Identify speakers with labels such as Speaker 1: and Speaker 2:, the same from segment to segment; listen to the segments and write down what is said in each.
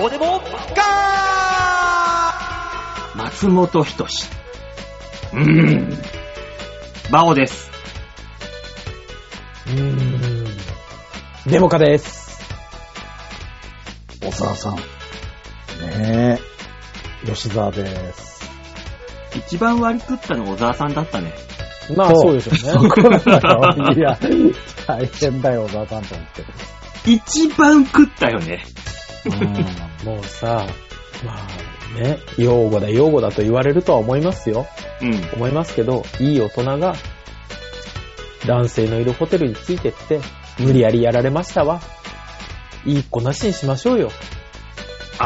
Speaker 1: どうでもガ
Speaker 2: 松本人志。うーん。バオです。
Speaker 3: うーん。デモカです。
Speaker 4: お沢さん。ね
Speaker 3: 吉沢です。
Speaker 2: 一番割り食ったの小沢さんだったね。
Speaker 3: まあ、
Speaker 4: そう
Speaker 3: そうでしょうね。
Speaker 4: え。そうだよ。いや、大変だよ、お沢さんと思って。
Speaker 2: 一番食ったよね。
Speaker 4: うん
Speaker 3: もうさ、まあね、用語だ用語だと言われるとは思いますよ。
Speaker 2: うん。
Speaker 3: 思いますけど、いい大人が、男性のいるホテルについてって、無理やりやられましたわ。いい子なしにしましょうよ。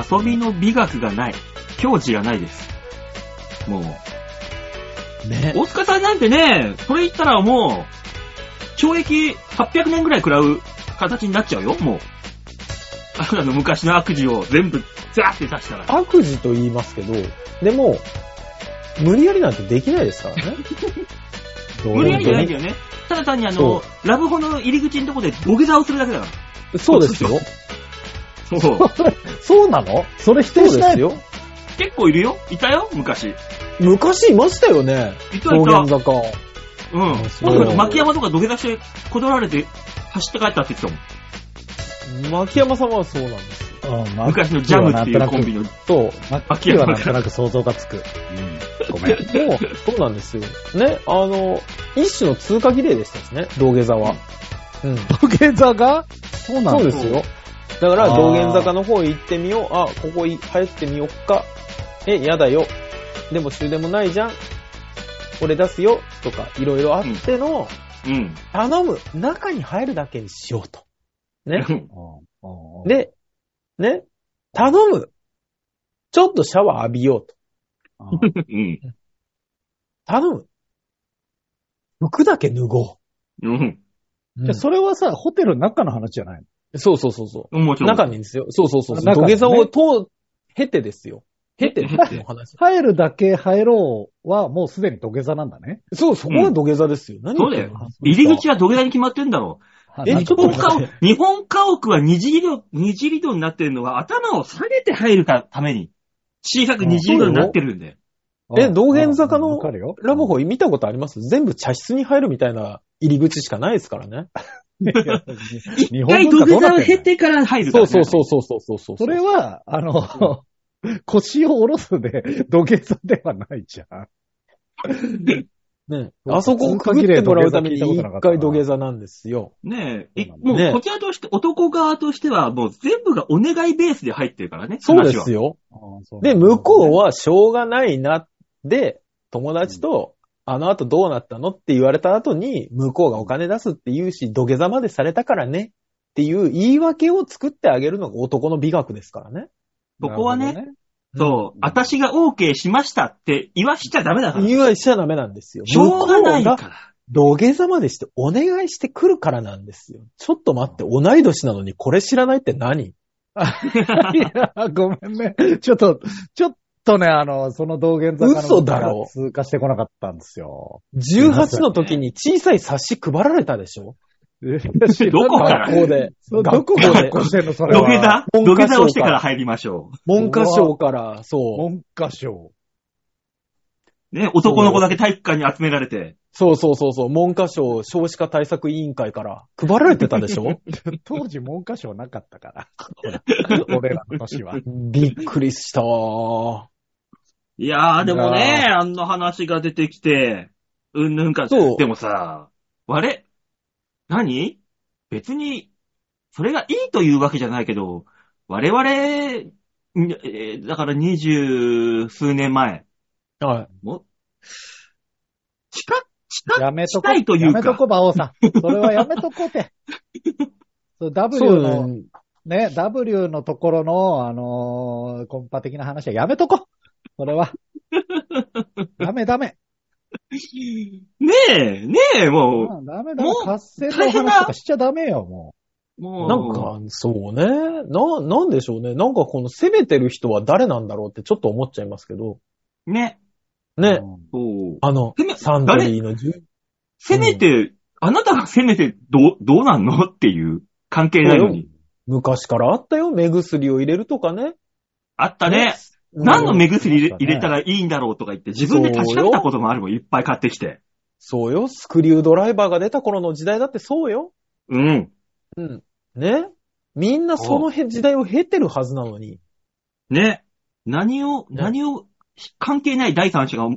Speaker 2: 遊びの美学がない。教示がないです。もう。
Speaker 3: ね。
Speaker 2: 大塚さんなんてね、それ言ったらもう、懲役800年ぐらい食らう形になっちゃうよ、もう。あなたの昔の悪事を全部、ザーって出したら。
Speaker 3: 悪事と言いますけど、でも、無理やりなんてできないですか らね。どう
Speaker 2: 無理やりじゃないん
Speaker 3: 本
Speaker 2: だよね。ただ単にあ
Speaker 3: そ
Speaker 2: の、ラブホの入り口のとこで土下座をするだけだか
Speaker 3: 当にそうですよ。
Speaker 2: ら。 そう。
Speaker 4: そうなのそれ否
Speaker 3: そ
Speaker 4: 定
Speaker 3: う
Speaker 4: し
Speaker 3: で
Speaker 4: な
Speaker 3: す
Speaker 4: い
Speaker 3: よ。
Speaker 2: 結構いるよいたよ昔。
Speaker 3: 昔いましたよね。
Speaker 2: いたい
Speaker 3: 道
Speaker 2: た
Speaker 3: 玄。坂。
Speaker 2: うん。
Speaker 3: あそう
Speaker 2: だから牧山とか土下座して、断られて、走って帰ったって言ってたもん。
Speaker 3: 牧山様はそうなんですよ。
Speaker 4: うんまあ
Speaker 2: 昔のジャムっていうコンビの。
Speaker 3: そう。
Speaker 4: マッキーはなんとなく想像がつく。ごめん。
Speaker 3: でも、そうなんですよ。ね、あの、一種の通過儀礼でしたしね、道下座は。うん。
Speaker 4: 土下座がそうな
Speaker 3: そう
Speaker 4: の
Speaker 3: ですよ。だから、
Speaker 4: あー
Speaker 3: 道玄坂の方へ行ってみよう。あ、ここい入ってみよっか。え、やだよ。でも終電もないじゃん。俺出すよ。とか、いろいろあっての、
Speaker 2: うん。
Speaker 3: 頼む。中に入るだけにしようと。ね。
Speaker 4: うんうん
Speaker 3: で、ね、頼む。ちょっとシャワー浴びようと。
Speaker 4: うん
Speaker 2: うん。
Speaker 3: 頼む。服だけ脱ご
Speaker 2: うん。
Speaker 4: でそれはさ、ホテルの中の話じゃないの
Speaker 3: う。そうそうそうそう。
Speaker 2: もちろん。
Speaker 3: 中にですよ。そうそうそうそう。
Speaker 4: 中
Speaker 3: 土
Speaker 4: にね
Speaker 3: 下座を通、経てですよ。経ての話。
Speaker 4: 入るだけ入ろうはもうすでに土下座なんだね。
Speaker 3: そう、そこは土下座ですよ。何
Speaker 2: そうだ
Speaker 3: 言ってん
Speaker 2: よ
Speaker 3: の。
Speaker 2: 入り口は土下座に決まってんだろう。
Speaker 3: え
Speaker 2: え、
Speaker 4: なん
Speaker 2: 日
Speaker 4: か
Speaker 3: ちょ
Speaker 2: 本
Speaker 3: っと
Speaker 2: 家屋、日本家屋は二次利度、二次利度になってるのは頭を下げて入るかために、小さく二次利度になってるんだよ。
Speaker 3: え道玄坂の
Speaker 4: わかるよ
Speaker 3: ラブホイ見たことあります全部茶室に入るみたいな入り口しかないですからね。
Speaker 4: 日
Speaker 2: 一
Speaker 4: 本
Speaker 2: 回
Speaker 4: 文化ど
Speaker 2: 土下
Speaker 4: うな
Speaker 2: 座
Speaker 4: って
Speaker 2: を経
Speaker 4: んの
Speaker 2: てから入るか
Speaker 3: そ
Speaker 2: ら
Speaker 3: う
Speaker 2: ね
Speaker 3: そうそうそうそうそうそう。
Speaker 4: それは、あの、腰を下ろすで、土下座ではないじゃん。
Speaker 3: ね。
Speaker 4: そう
Speaker 3: あそこをくぐってもらうために一回土下座なんですよ。
Speaker 2: ねえ、い
Speaker 4: そうなんだ
Speaker 2: も
Speaker 3: ね
Speaker 2: う、こちらとして、男側としては、もう全部がお願いベースで入ってるからね。
Speaker 3: そうで
Speaker 2: 話は
Speaker 3: すよ。で、向こう
Speaker 4: は、
Speaker 3: はしょうがないな。で、友達と、あの後どうなったのって言われた後に、向こうがお金出すって言うし、土下座までされたからね。っていう言い訳を作ってあげるのが男の美学ですからね。
Speaker 2: そこはね
Speaker 4: なる
Speaker 2: そう、私が OK しましたって言わしちゃダメだから。
Speaker 3: 言い訳しちゃダメなんですよ。
Speaker 2: しょうがないか
Speaker 3: 向こうが
Speaker 2: ら。
Speaker 3: 土下座までしてお願いしてくるからなんですよ。ちょっと待って、同い年なのにこれ知らないって何
Speaker 4: ほどねいや、ごめんね。ちょっと、ちょっとね、あの、その道玄坂の
Speaker 3: 嘘だろ
Speaker 4: 通過してこなかったんですよ。
Speaker 3: ?18 の時に小さい冊子配られたでしょ
Speaker 2: どこから
Speaker 3: 学校 で。
Speaker 4: そうどこ
Speaker 3: 学校
Speaker 4: が学
Speaker 3: で
Speaker 4: 校してんのそれ
Speaker 2: 土下
Speaker 4: は。
Speaker 2: 座
Speaker 3: 文
Speaker 2: 土
Speaker 3: 科省
Speaker 2: 下座をしてから入りましょ
Speaker 3: 文科省から、そう。
Speaker 4: 文科省。
Speaker 2: う。ね、男の子だけ体育館に集められて。
Speaker 3: そうそうそうそう、文科省少子化対策委員会から配られてたでしょ
Speaker 4: 当時文科省なかったから。 俺らの年は。
Speaker 3: びっくりしたわ
Speaker 2: いやー、でも
Speaker 4: い
Speaker 2: ね、
Speaker 4: や
Speaker 2: あんな話が出てきて、うんぬんか。
Speaker 3: そう
Speaker 2: でもさ、あれ何別に、それがいいというわけじゃないけど、我々、んえーだから二十数年前、
Speaker 3: ー。はい。
Speaker 2: も、近っ、近っ、
Speaker 4: やめとこ。
Speaker 2: したいというか
Speaker 4: やめとこ、馬王さん。それはやめとこう て。そう W
Speaker 3: そう
Speaker 4: の、
Speaker 3: ね。
Speaker 4: ね、W のところの、あのーコンパ的な話はやめとこそれ は。ダメダメ。
Speaker 2: ねえ、ねえ、も
Speaker 4: うんダメダメ
Speaker 2: も。う
Speaker 4: 合戦の話とかしちゃダメよ、も
Speaker 2: う、もう、
Speaker 3: なんか、そうね。な、なんでしょうね。なんかこの攻めてる人は誰なんだろうってちょっと思っちゃいますけど。
Speaker 2: ね、
Speaker 4: う。
Speaker 3: ね。
Speaker 4: うん
Speaker 2: そう。
Speaker 3: あの、
Speaker 2: 攻め、
Speaker 3: サンドリーの10、
Speaker 2: せめて、あなたがせめてどう、どうなんのっていう関係ないのに。
Speaker 3: 昔からあったよ。目薬を入れるとかね。
Speaker 2: あったね。何の目薬入れ入れたらいいんだろうとか言って、自分で確かめたこともあるもん、いっぱい買ってきて。
Speaker 3: そうよ。スクリュードライバーが出た頃の時代だってそうよ。
Speaker 2: うん。
Speaker 3: うん。ねみんなそのへ時代を経てるはずなのに。
Speaker 2: ね。何を、何を、関係ない第三者が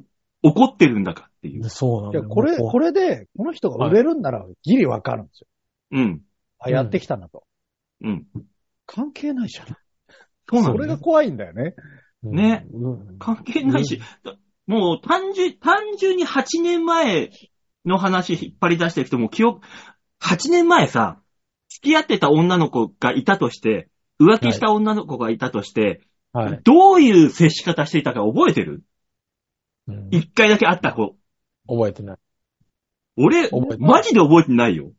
Speaker 2: 怒ってるんだかっていう。
Speaker 3: そうなん
Speaker 4: いや、これ、これで、この人が売れるんなら、ギリわかるんですよ。
Speaker 2: うん。
Speaker 4: あ、やってきたなと。
Speaker 2: うん。
Speaker 4: 関係ないじゃん。
Speaker 2: そうなん
Speaker 4: そ
Speaker 2: だ
Speaker 4: れ
Speaker 2: よ。
Speaker 4: が怖いんだよね。
Speaker 3: れ
Speaker 2: ね。
Speaker 3: うん
Speaker 2: 関係ないし、だもう単純、単純に8年前の話引っ張り出してる人も記憶、8年前さ、付き合ってた女の子がいたとして、浮気した女の子がいたとして、
Speaker 3: はい。
Speaker 2: どういう接し方していたか覚えてる
Speaker 3: うん
Speaker 2: 一回だけ会った子。
Speaker 3: 覚えてない。
Speaker 2: 俺
Speaker 3: 覚えて、ない
Speaker 2: マジで覚えてないよ。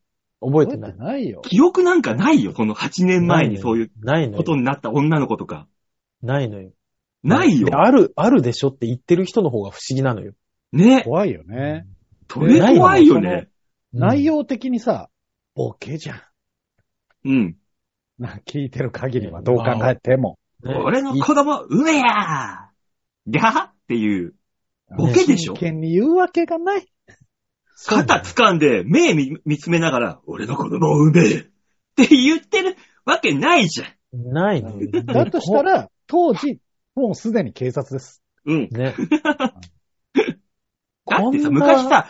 Speaker 3: 覚え
Speaker 4: 覚
Speaker 3: て
Speaker 4: え
Speaker 3: な
Speaker 4: て
Speaker 3: い。
Speaker 4: ないよ。
Speaker 2: 記憶なんかないよ。この8年前にそういう
Speaker 3: ないの
Speaker 2: こと
Speaker 3: よ。
Speaker 2: になった女の子とか。
Speaker 3: ないのよ。
Speaker 2: ないよ
Speaker 3: で。ある、あるでしょって言ってる人の方が不思議なのよ。
Speaker 2: ね。
Speaker 4: 怖いよね。
Speaker 2: それ
Speaker 3: ないの
Speaker 2: 怖いよね。
Speaker 4: 内容的にさ、ボケじゃん。
Speaker 2: うん。
Speaker 4: な、聞いてる限りは、どう考えても。
Speaker 3: ね
Speaker 2: 俺の子供、うめやーがっていう。ボケでしょ
Speaker 4: 真剣に言うわけがない。
Speaker 3: そう
Speaker 2: 肩掴んで、目見見つめながら、俺の子供を産めって言ってるわけないじゃん。
Speaker 3: ないのよ。
Speaker 4: だとしたら、当時、もうすでに警察です。。
Speaker 2: うん。
Speaker 3: ね。
Speaker 2: だってさ、
Speaker 3: こんな
Speaker 2: 昔さ、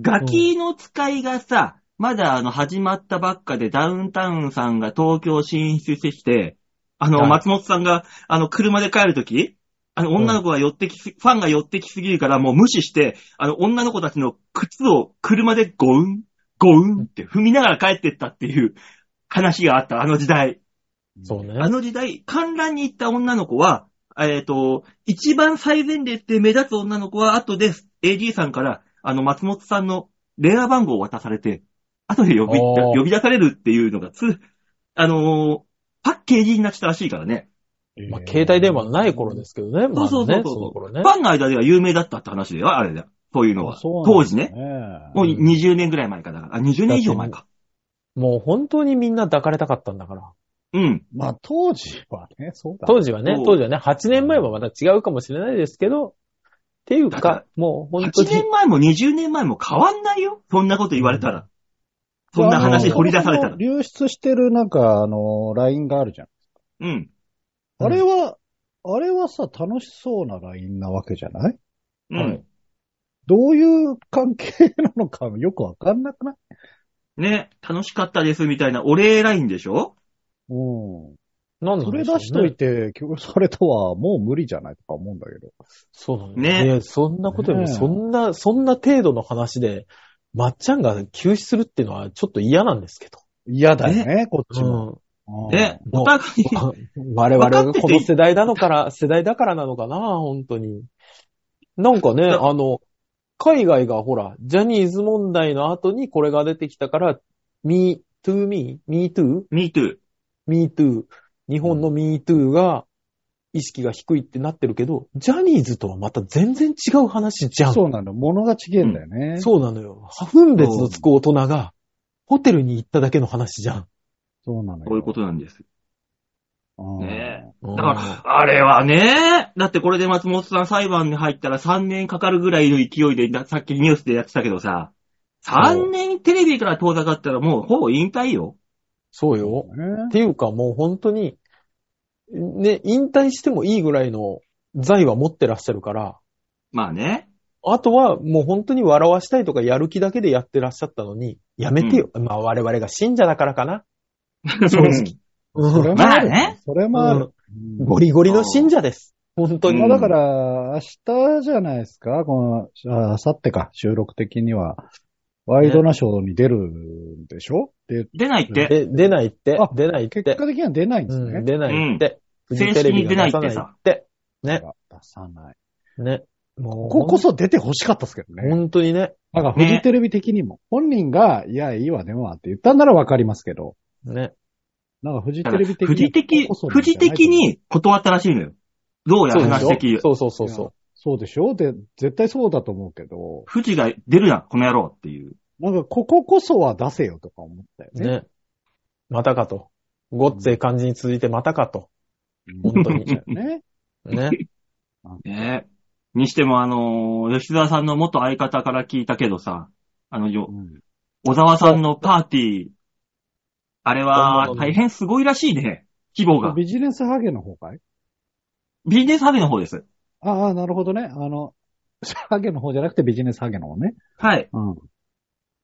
Speaker 2: ガキの使いがさ、まだあの、始まったばっかでダウンタウンさんが東京進出してきて、あの、
Speaker 3: はい
Speaker 2: 松本さんが、あの、車で帰るとき、あの、女の子が寄ってきす、ファンが寄ってきすぎるからもう無視して、あの、女の子たちの靴を車でゴウン、ゴウンって踏みながら帰ってったっていう話があった、あの時代。
Speaker 3: そうね。
Speaker 2: あの時代、観覧に行った女の子は、えっ、と、一番最前列で目立つ女の子は、後で AD さんから、あの、松本さんの電話番号を渡されて、後で呼び、
Speaker 3: おー
Speaker 2: 呼び出されるっていうのが、つ、あのーパッケージになってたらしいからね。
Speaker 3: まあ、携帯電話ない頃ですすけどね。まあね
Speaker 2: そうそうそうそう
Speaker 3: その頃ね
Speaker 2: フ。ァンの間では有名だったって話だよ、あれだ。そういうのは。
Speaker 4: あそうなんだ
Speaker 2: 当時ね。もう
Speaker 3: い
Speaker 2: 20年ぐらい前かだから。あ、20年以上前か。
Speaker 3: もう本当にみんな抱かれたかったんだから。
Speaker 2: うん。
Speaker 4: まあ、当時はね、そうだ。
Speaker 3: 当時はね
Speaker 2: そう、
Speaker 3: 当時はね、8年前はまた違うかもしれないですけど、っていう
Speaker 2: だから
Speaker 3: か、もう本当
Speaker 2: 8
Speaker 3: に
Speaker 2: 年前も20年前も変わんないよ。そんなこと言われたら。そんな話掘り出されたら。
Speaker 4: 流出してるなんか、あの、LINE があるじゃん。
Speaker 2: うん。
Speaker 3: うん
Speaker 4: あれは、あれはさ、楽しそうな LINE なわけじゃない
Speaker 2: うん。
Speaker 3: はい
Speaker 4: どういう関係なのかよくわかんなくない
Speaker 2: ね、楽しかったですみたいなお礼ラインでしょ
Speaker 4: うん。
Speaker 3: なん
Speaker 4: そ
Speaker 3: なん
Speaker 4: れ
Speaker 3: でしょうね
Speaker 4: 出しといて、共有されたはもう無理じゃないとか思うんだけど。
Speaker 3: そうなの
Speaker 2: ね
Speaker 3: ね。ねそんなことよりも、
Speaker 4: ねえ
Speaker 3: そんな、そんな程度の話で、まっちゃんが休止するっていうのはちょっと嫌なんですけど。
Speaker 4: 嫌だよね、こっちも。
Speaker 3: うん。
Speaker 4: うん
Speaker 2: ね、お互い、
Speaker 3: 我々がこの世代なのから、世代だからなのかな、本当に。なんかね、あの、海外がほら、ジャニーズ問題の後にこれが出てきたから、me, to me, me too,
Speaker 2: me too.
Speaker 3: me too, 日本の me too が意識が低いってなってるけど、ジャニーズとはまた全然違う話じゃん。
Speaker 4: そうなの。物が違えんだよね。
Speaker 3: そうなのよ。分別のつく大人が、ホテルに行っただけの話じゃん。
Speaker 4: そうなのよ。
Speaker 2: こういうことなんです。
Speaker 4: うん。
Speaker 2: ね
Speaker 3: だ
Speaker 2: だから、あれはね、だってこれで松本さん裁判に入ったら3年かかるぐらいの勢いで、なさっきニュースでやってたけどさ、3年テレビから遠ざかったらもうほぼ引退よ。
Speaker 3: そうよ。
Speaker 4: ね
Speaker 3: っていうかもう本当に、ね、引退してもいいぐらいの財は持ってらっしゃるから、
Speaker 2: まあね。
Speaker 3: あとはもう本当に笑わしたいとかやる気だけでやってらっしゃったのに、やめてよ。まあ我々が信者だからかな。正直。
Speaker 4: それもある。
Speaker 2: まあね
Speaker 4: それ
Speaker 3: う
Speaker 4: もあ
Speaker 3: ん
Speaker 4: る。うん
Speaker 3: ゴリゴリの信者です。本当に。
Speaker 4: ま
Speaker 2: う
Speaker 4: あだ
Speaker 2: ん
Speaker 4: から、明日じゃないですか、この、あさってか、収録的には、ワイドナショーに出るんでしょ、で、
Speaker 2: 出ないって、
Speaker 3: で出ないって
Speaker 4: あ、
Speaker 3: 出ないっ
Speaker 4: 結
Speaker 3: て、
Speaker 4: 果的には出ないんですね。
Speaker 3: うん出ないって、
Speaker 2: うん
Speaker 3: フジテレ
Speaker 2: 正
Speaker 3: ビが出さ
Speaker 2: 式に
Speaker 3: ない
Speaker 2: 出ない
Speaker 3: って、
Speaker 4: 出
Speaker 3: ね、
Speaker 4: さない。
Speaker 3: ね。も
Speaker 4: こ
Speaker 3: う
Speaker 4: ここそ出て欲しかったですけどね。
Speaker 3: 本当にね、
Speaker 4: なんか、フジテレビ的にも。本人が、いや、いいわ、でもわって言ったんならわかりますけど。
Speaker 3: ね。
Speaker 4: なんか、フジテ
Speaker 2: だか
Speaker 4: レ
Speaker 2: ら
Speaker 4: ビ的に。
Speaker 2: 富士的
Speaker 4: ここ、そな
Speaker 2: 富
Speaker 4: んじ
Speaker 2: 士
Speaker 4: ゃない
Speaker 2: 的。に断ったらしいのよ。どうや
Speaker 3: そう
Speaker 2: ら
Speaker 3: でし
Speaker 2: 話的
Speaker 3: ょ。そうそうそうそう。
Speaker 4: そうでしょで、絶対そうだと思うけど、
Speaker 2: 富士が出るな、この野郎っていう。
Speaker 4: なんか、こここそは出せよとか思ったよね。
Speaker 3: ね。またかと。ごっつええ感じに続いてまたかと。
Speaker 4: うん
Speaker 3: 本当に。
Speaker 4: ね。
Speaker 3: ね。
Speaker 2: ねえ。にしても、あのー吉沢さんの元相方から聞いたけどさ、あの、よ
Speaker 4: うん
Speaker 2: 小沢さんのパーティー、あれは
Speaker 3: 本物の
Speaker 2: 大変すごいらしいね。規模が。
Speaker 4: ビジネスハゲの方かい
Speaker 2: ビジネスハゲの方です。
Speaker 4: ああ、なるほどね。あの、ハゲの方じゃなくてビジネスハゲの方ね。
Speaker 2: はい。
Speaker 4: うん。で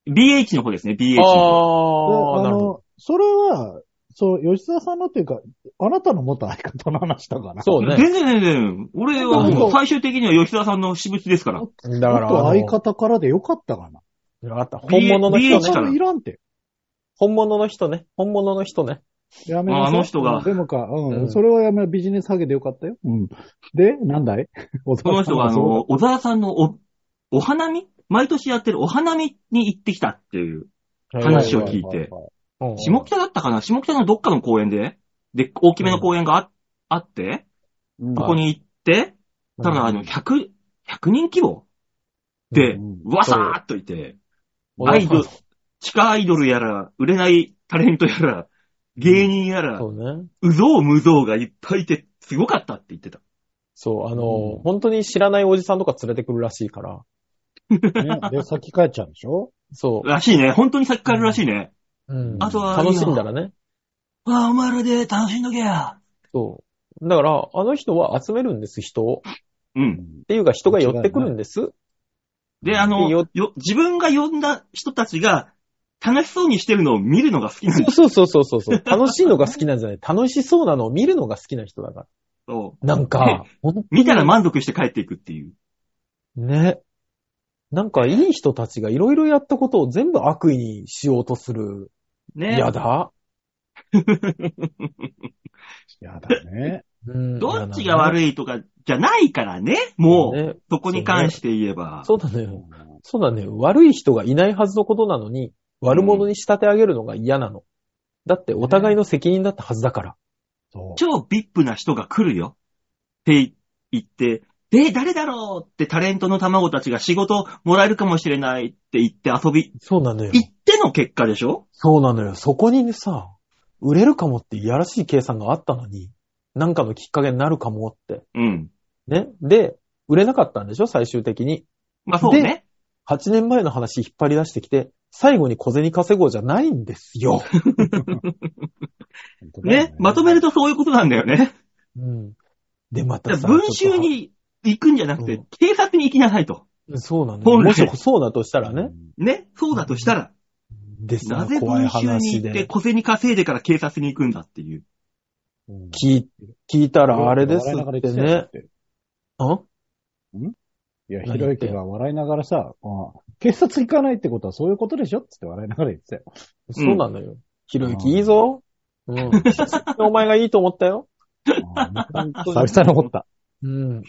Speaker 2: BH の方ですね、BH
Speaker 3: あ
Speaker 2: の方。
Speaker 4: あ
Speaker 3: あ、なるほど。
Speaker 4: の、それは、そう、吉沢さんのっていうか、あなたの元相方の話だから。
Speaker 3: そうね
Speaker 2: 全然全然。俺は
Speaker 4: なん
Speaker 2: もう
Speaker 4: か
Speaker 2: 最終的には吉沢さんの私物ですから。
Speaker 3: だから、
Speaker 4: 元
Speaker 3: あ
Speaker 4: 相
Speaker 3: の
Speaker 4: 方からでよかったかな。
Speaker 3: よかった。本物の人
Speaker 2: そ
Speaker 4: そ
Speaker 2: う BH
Speaker 3: ね。
Speaker 2: か
Speaker 4: れいらんて。
Speaker 3: 本物の人ね。本物の人ね。
Speaker 4: やめなさい
Speaker 2: ああの人が
Speaker 4: うんでもか、うん、
Speaker 3: うん
Speaker 4: それはやめビジネスハゲでよかったよ。うん。で、なんだい 小
Speaker 2: この
Speaker 4: 沢さ
Speaker 2: 人
Speaker 4: ん
Speaker 2: があ
Speaker 4: そう
Speaker 2: の、小沢さんのお、お花見毎年やってるお花見に行ってきたっていう。話を聞いて
Speaker 3: うん
Speaker 2: 下北だったかな下北のどっかの公園でで、大きめの公園があ,、あって、
Speaker 4: うん
Speaker 2: ここに行って、ただあの、100、100人規模で、
Speaker 4: うん
Speaker 2: わさーっといて、
Speaker 3: うん
Speaker 2: アイドル、地下アイドルやら、売れないタレントやら、芸人やら
Speaker 3: そ、うね。
Speaker 2: うぞうむぞうがいっぱいいて、すごかったって言ってた。
Speaker 3: そう、あ
Speaker 4: う
Speaker 3: の
Speaker 4: ん、
Speaker 3: 本当に知らないおじさんとか連れてくるらしいから。
Speaker 4: ねで、先帰っちゃうんでしょ
Speaker 3: そ
Speaker 2: らしいね。本当に先帰るらしいね。
Speaker 3: う。うん
Speaker 2: あとは
Speaker 3: 楽しんだらね。
Speaker 2: わあ、お前らで楽しんどけや。
Speaker 3: そう。だから、あの人は集めるんです、人を。っ
Speaker 2: う。
Speaker 4: うんん。
Speaker 3: ていうか、人が寄ってくるんです。
Speaker 2: で、あの、
Speaker 3: で
Speaker 2: よ
Speaker 3: よ、
Speaker 2: 自分が呼んだ人たちが、楽しそうにしてるのを見るのが好きなんだ
Speaker 3: そうそうそうそうそう。楽しいのが好きなんじゃない楽しそうなのを見るのが好きな人だか
Speaker 2: けど、
Speaker 3: ら。なんか、ほんとに
Speaker 2: 見たら満足して帰っていくっていう。
Speaker 3: ね。なんか、いい人たちがいろいろやったことを全部悪意にしようとする。
Speaker 2: ね。
Speaker 3: やだ。
Speaker 4: やだね。
Speaker 3: うん
Speaker 2: どっちが悪いとかじゃないからね。もう、
Speaker 3: ね
Speaker 2: そこに関して言えば。
Speaker 3: そうだね。そうだね。悪い人がいないはずのことなのに、悪者に仕立て上げるのが嫌なの。だって、お互いの責任だったはずだから。
Speaker 4: そう。
Speaker 2: 超ビップな人が来るよ。って言って、で、誰だろうってタレントの卵たちが仕事もらえるかもしれないって言って遊び、
Speaker 3: そうなのよ。
Speaker 2: 行っての結果でしょ
Speaker 3: そうなのよ。そこにねさ、売れるかもっていやらしい計算があったのに、なんかのきっかけになるかもって。
Speaker 2: うん。
Speaker 3: ね。で、売れなかったんでしょ最終的に。
Speaker 2: まあそうね。
Speaker 3: 8年前の話引っ張り出してきて、最後に小銭稼ごうじゃないんですよ。
Speaker 4: 本当だよ
Speaker 2: ね。まとめるとそういうことなんだよね。
Speaker 3: うん。で、ま
Speaker 2: だ
Speaker 3: た
Speaker 2: か
Speaker 3: さ、
Speaker 2: ら文集に行くんじゃなく
Speaker 3: う
Speaker 2: て
Speaker 3: ん、
Speaker 2: 警察に行きなさいと。
Speaker 3: ちょっと。そうなの
Speaker 2: 本
Speaker 3: よ。
Speaker 2: 来
Speaker 3: もしそうだとしたらね。
Speaker 2: ね。そうだとしたら、
Speaker 3: で
Speaker 2: な
Speaker 3: さ、
Speaker 2: ぜ
Speaker 3: 怖い
Speaker 2: 文集に
Speaker 3: 話
Speaker 2: 行って
Speaker 3: で。
Speaker 2: 小銭稼いでから警察に行くんだってい
Speaker 4: う
Speaker 2: う。
Speaker 4: ん
Speaker 3: 聞い聞いたらあれですってね。。ん
Speaker 4: いや、ひろゆきが笑いながらさ、こう警察行かないってことはそういうことでしょっつって笑いながら言ってたよ。
Speaker 3: そうなのよ。ひろゆきいいぞ。 うん。お前がいいと思ったよ。
Speaker 4: うん久々に思った。
Speaker 3: うん。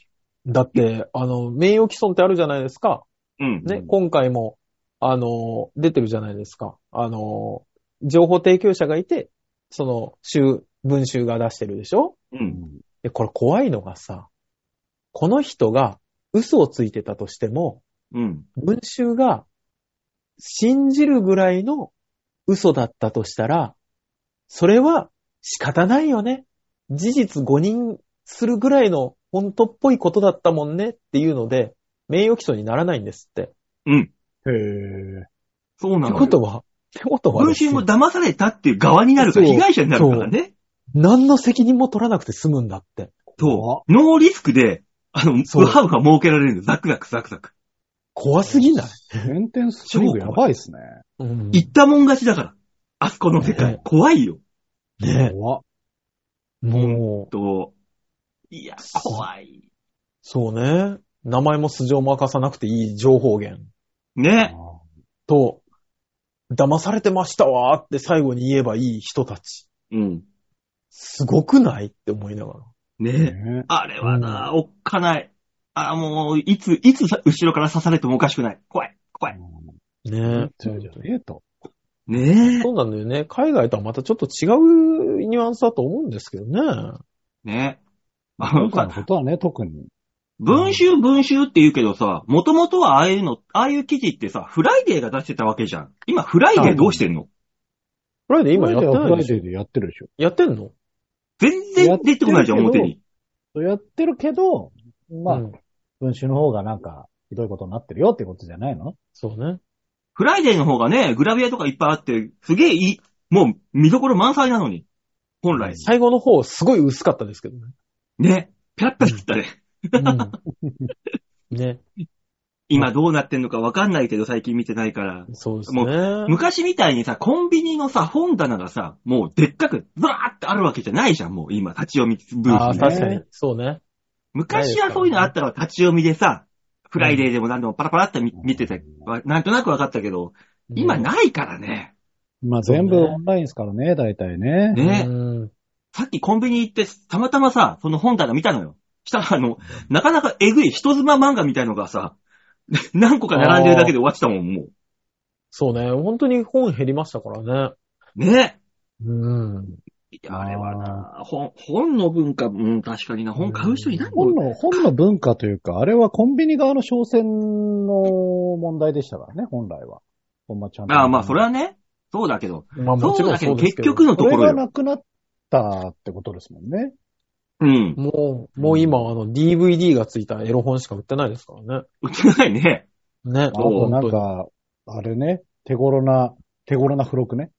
Speaker 3: だって、あの、名誉毀損ってあるじゃないですか。
Speaker 2: うん。
Speaker 3: ね、
Speaker 4: うん
Speaker 3: 今回も、あの、出てるじゃないですか。あの、情報提供者がいて、その、週、文集が出してるでしょ
Speaker 2: うん。
Speaker 3: で、これ怖いのがさ、この人が嘘をついてたとしても、
Speaker 2: うん。
Speaker 3: 文集が信じるぐらいの嘘だったとしたら、それは仕方ないよね。事実誤認するぐらいの本当っぽいことだったもんねっていうので、名誉毀訴にならないんですって。
Speaker 2: うん。
Speaker 4: へえ。
Speaker 2: そうな
Speaker 3: って
Speaker 2: の
Speaker 3: こ
Speaker 2: よ。
Speaker 3: とは、ってことは
Speaker 2: 文
Speaker 3: です
Speaker 2: 春
Speaker 3: よ、
Speaker 2: も騙されたっていう側になるから、
Speaker 3: そう
Speaker 2: 被害者になるからね。
Speaker 3: 何の責任も取らなくて済むんだって。
Speaker 2: そう。ノーリスクで、あの、ウ
Speaker 3: そう
Speaker 2: ハウハ儲けられるんだよザクザクザクザク。
Speaker 3: 怖すぎない、
Speaker 4: メンテンスリーブやばいっすね。
Speaker 3: うん
Speaker 2: 言ったもん勝ちだから。あそこの世界。
Speaker 3: ね
Speaker 2: 怖いよ。
Speaker 3: ね
Speaker 4: 怖っ
Speaker 3: もう、
Speaker 2: と、いや、怖い。
Speaker 3: そうね。名前も素性も明かさなくていい情報源
Speaker 2: ね。
Speaker 3: と、騙されてましたわーって最後に言えばいい人たち。
Speaker 2: うん。
Speaker 3: すごくないって思いながら。
Speaker 2: ね。
Speaker 4: ね
Speaker 2: あれはな、おっかない。あ、もう、いつ、いつさ後ろから刺されてもおかしくない。怖い。怖い。
Speaker 3: ね
Speaker 4: じゃあじゃあデート。
Speaker 2: ね
Speaker 3: そうなんだよね。海外とはまたちょっと違うニュアンスだと思うんですけどね。
Speaker 2: え。ねえ。あ
Speaker 4: 今
Speaker 2: の
Speaker 4: 回
Speaker 2: さ
Speaker 4: のことはね、特に。
Speaker 2: 文集文集って言うけどさ、もともとはああいうの、ああいう記事ってさ、フライデーが出してたわけじゃん。今、フライデーどうしてんの
Speaker 3: フライデー今やって
Speaker 4: フ
Speaker 3: ない
Speaker 4: ラ
Speaker 3: で
Speaker 4: イ
Speaker 3: しょ
Speaker 4: デーでやってるでしょ。
Speaker 3: やってんの
Speaker 2: 全然出てこないじゃん、
Speaker 4: やってるけど
Speaker 2: 表に。
Speaker 4: そうやってるけど、まあ、
Speaker 3: うん
Speaker 4: 文集の方がなんか、ひどいことになってるよってことじゃないの
Speaker 3: そうね。
Speaker 2: フライデーの方がね、グラビアとかいっぱいあって、すげえいい、もう見どころ満載なのに。本来。
Speaker 3: 最後の方、すごい薄かったですけどね。
Speaker 2: ね。ぴゃっぴゃ切ったね。
Speaker 3: うん、 ね。
Speaker 2: 今どうなってんのかわかんないけど最近見てないから。
Speaker 3: そうです
Speaker 2: も
Speaker 3: ね。
Speaker 2: 昔みたいにさ、コンビニのさ、本棚がさ、もうでっかく、ザーってあるわけじゃないじゃん、もう今、立ち読みブー
Speaker 3: ああ、
Speaker 2: ス
Speaker 4: ね
Speaker 2: ね。
Speaker 3: 確かに。そうね。
Speaker 2: 昔はそういうのあったから立ち読みでさ、フライデーでも何でもパラパラって見見てて、わなんとなくわかったけど、今
Speaker 3: うん
Speaker 2: ないからね。
Speaker 4: まあ全部オンラインですからね、大体ね。
Speaker 2: ね
Speaker 3: うん
Speaker 2: さっきコンビニ行って、たまたまさ、その本棚見たのよ。したら、あの、なかなかえぐい人妻漫画みたいのがさ、 何個か並んでるだけで終わってたもん、も
Speaker 3: そうね。本当に本減りましたからね。
Speaker 2: う。ね
Speaker 3: うん。
Speaker 2: いやあれはな、本、本の文化、うん、確かにな、本買う人いないもん
Speaker 4: 本の、本の文化というか、あれはコンビニ側の商戦の問題でしたからね、本来は。ほんまちゃんと。
Speaker 2: ああ、まあ、それはね、そうだけど、
Speaker 3: まあもち
Speaker 2: そう
Speaker 3: ろん
Speaker 2: だけ
Speaker 3: そ
Speaker 2: ど、
Speaker 3: うです
Speaker 2: 結
Speaker 3: けど。
Speaker 2: 局のと
Speaker 4: こ
Speaker 2: こ
Speaker 4: れ
Speaker 2: ろ
Speaker 4: が
Speaker 2: よ。
Speaker 4: なくなったってことですもんね。
Speaker 2: うん。
Speaker 3: もう、もう今、あの、DVD がついたエロ本しか売ってないですからね。
Speaker 2: 売ってないね。
Speaker 3: ね。
Speaker 4: あとな
Speaker 3: 本当
Speaker 4: ん
Speaker 3: に
Speaker 4: か、あれね、手頃な、手頃な付録ね。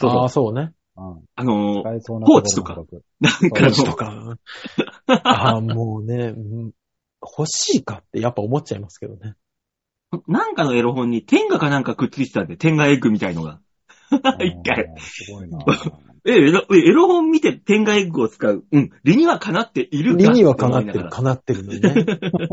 Speaker 2: そうそう
Speaker 3: ああ、そうね。
Speaker 4: うん。
Speaker 2: あのー、
Speaker 4: 使えそうな
Speaker 2: ポーチとか
Speaker 4: 手頃な 付録
Speaker 2: なん
Speaker 4: ポー
Speaker 2: かあ
Speaker 3: ポ
Speaker 4: チ
Speaker 3: チ
Speaker 2: の
Speaker 3: と、か。 ああ、もうね、うん欲しいかってやっぱ思っちゃいますけどね。
Speaker 2: なんかのエロ本に天下かなんかくっついてたんで、天下エッグみたいのが。一回。
Speaker 4: うんすごいな。
Speaker 2: え、エロ、えエロ本見て天下エッグを使う。うん。理にはかなっている
Speaker 3: 理にはかなって
Speaker 2: て
Speaker 3: る、かなってるのにね。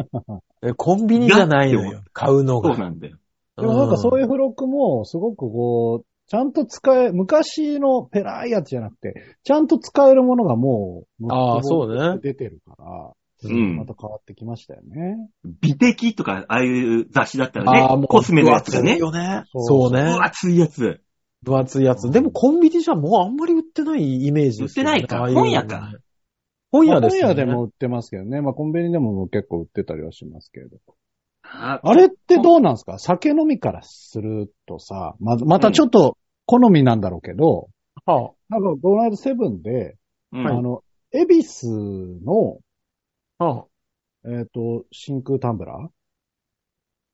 Speaker 3: えコンビニじゃないのよ、買うの
Speaker 2: そう
Speaker 3: が。
Speaker 2: なんだよ。
Speaker 4: でもなんかそういう
Speaker 3: う
Speaker 4: 付録も、すごくこう、ちゃんと使え、昔のペラいやつじゃなくて、ちゃんと使えるものがもう、
Speaker 3: ああそうね
Speaker 4: 出てるから、
Speaker 2: う
Speaker 4: ま
Speaker 2: ん。
Speaker 4: た変わってきましたよね。
Speaker 2: 美的とか、ああいう雑誌だった
Speaker 3: ん
Speaker 2: らね
Speaker 3: ああ、もう、
Speaker 2: コスメのやつが
Speaker 3: 分厚
Speaker 2: ね
Speaker 3: い。よね。
Speaker 4: そう
Speaker 3: そうね
Speaker 2: 分。厚いやつ。
Speaker 3: 分厚いやつ。でもコンビニじゃもうあんまり売ってないイメージですよね
Speaker 2: 売ってないか
Speaker 3: ああう
Speaker 2: 本屋か。
Speaker 3: 本
Speaker 4: まあ
Speaker 3: 屋で
Speaker 4: 本
Speaker 3: すよ
Speaker 4: 屋
Speaker 3: ね。
Speaker 4: でも売ってますけどね。まあコンビニでももう結構売ってたりはしますけれど。
Speaker 2: あ
Speaker 4: あれってどうなんですか酒飲みからするとさ、ま、またちょっと好みなんだろうけど、
Speaker 3: は
Speaker 4: なんかこの間セブンで、
Speaker 2: うん
Speaker 4: あの、エビスの、
Speaker 3: あ、は
Speaker 4: えっ、と、真空タンブラー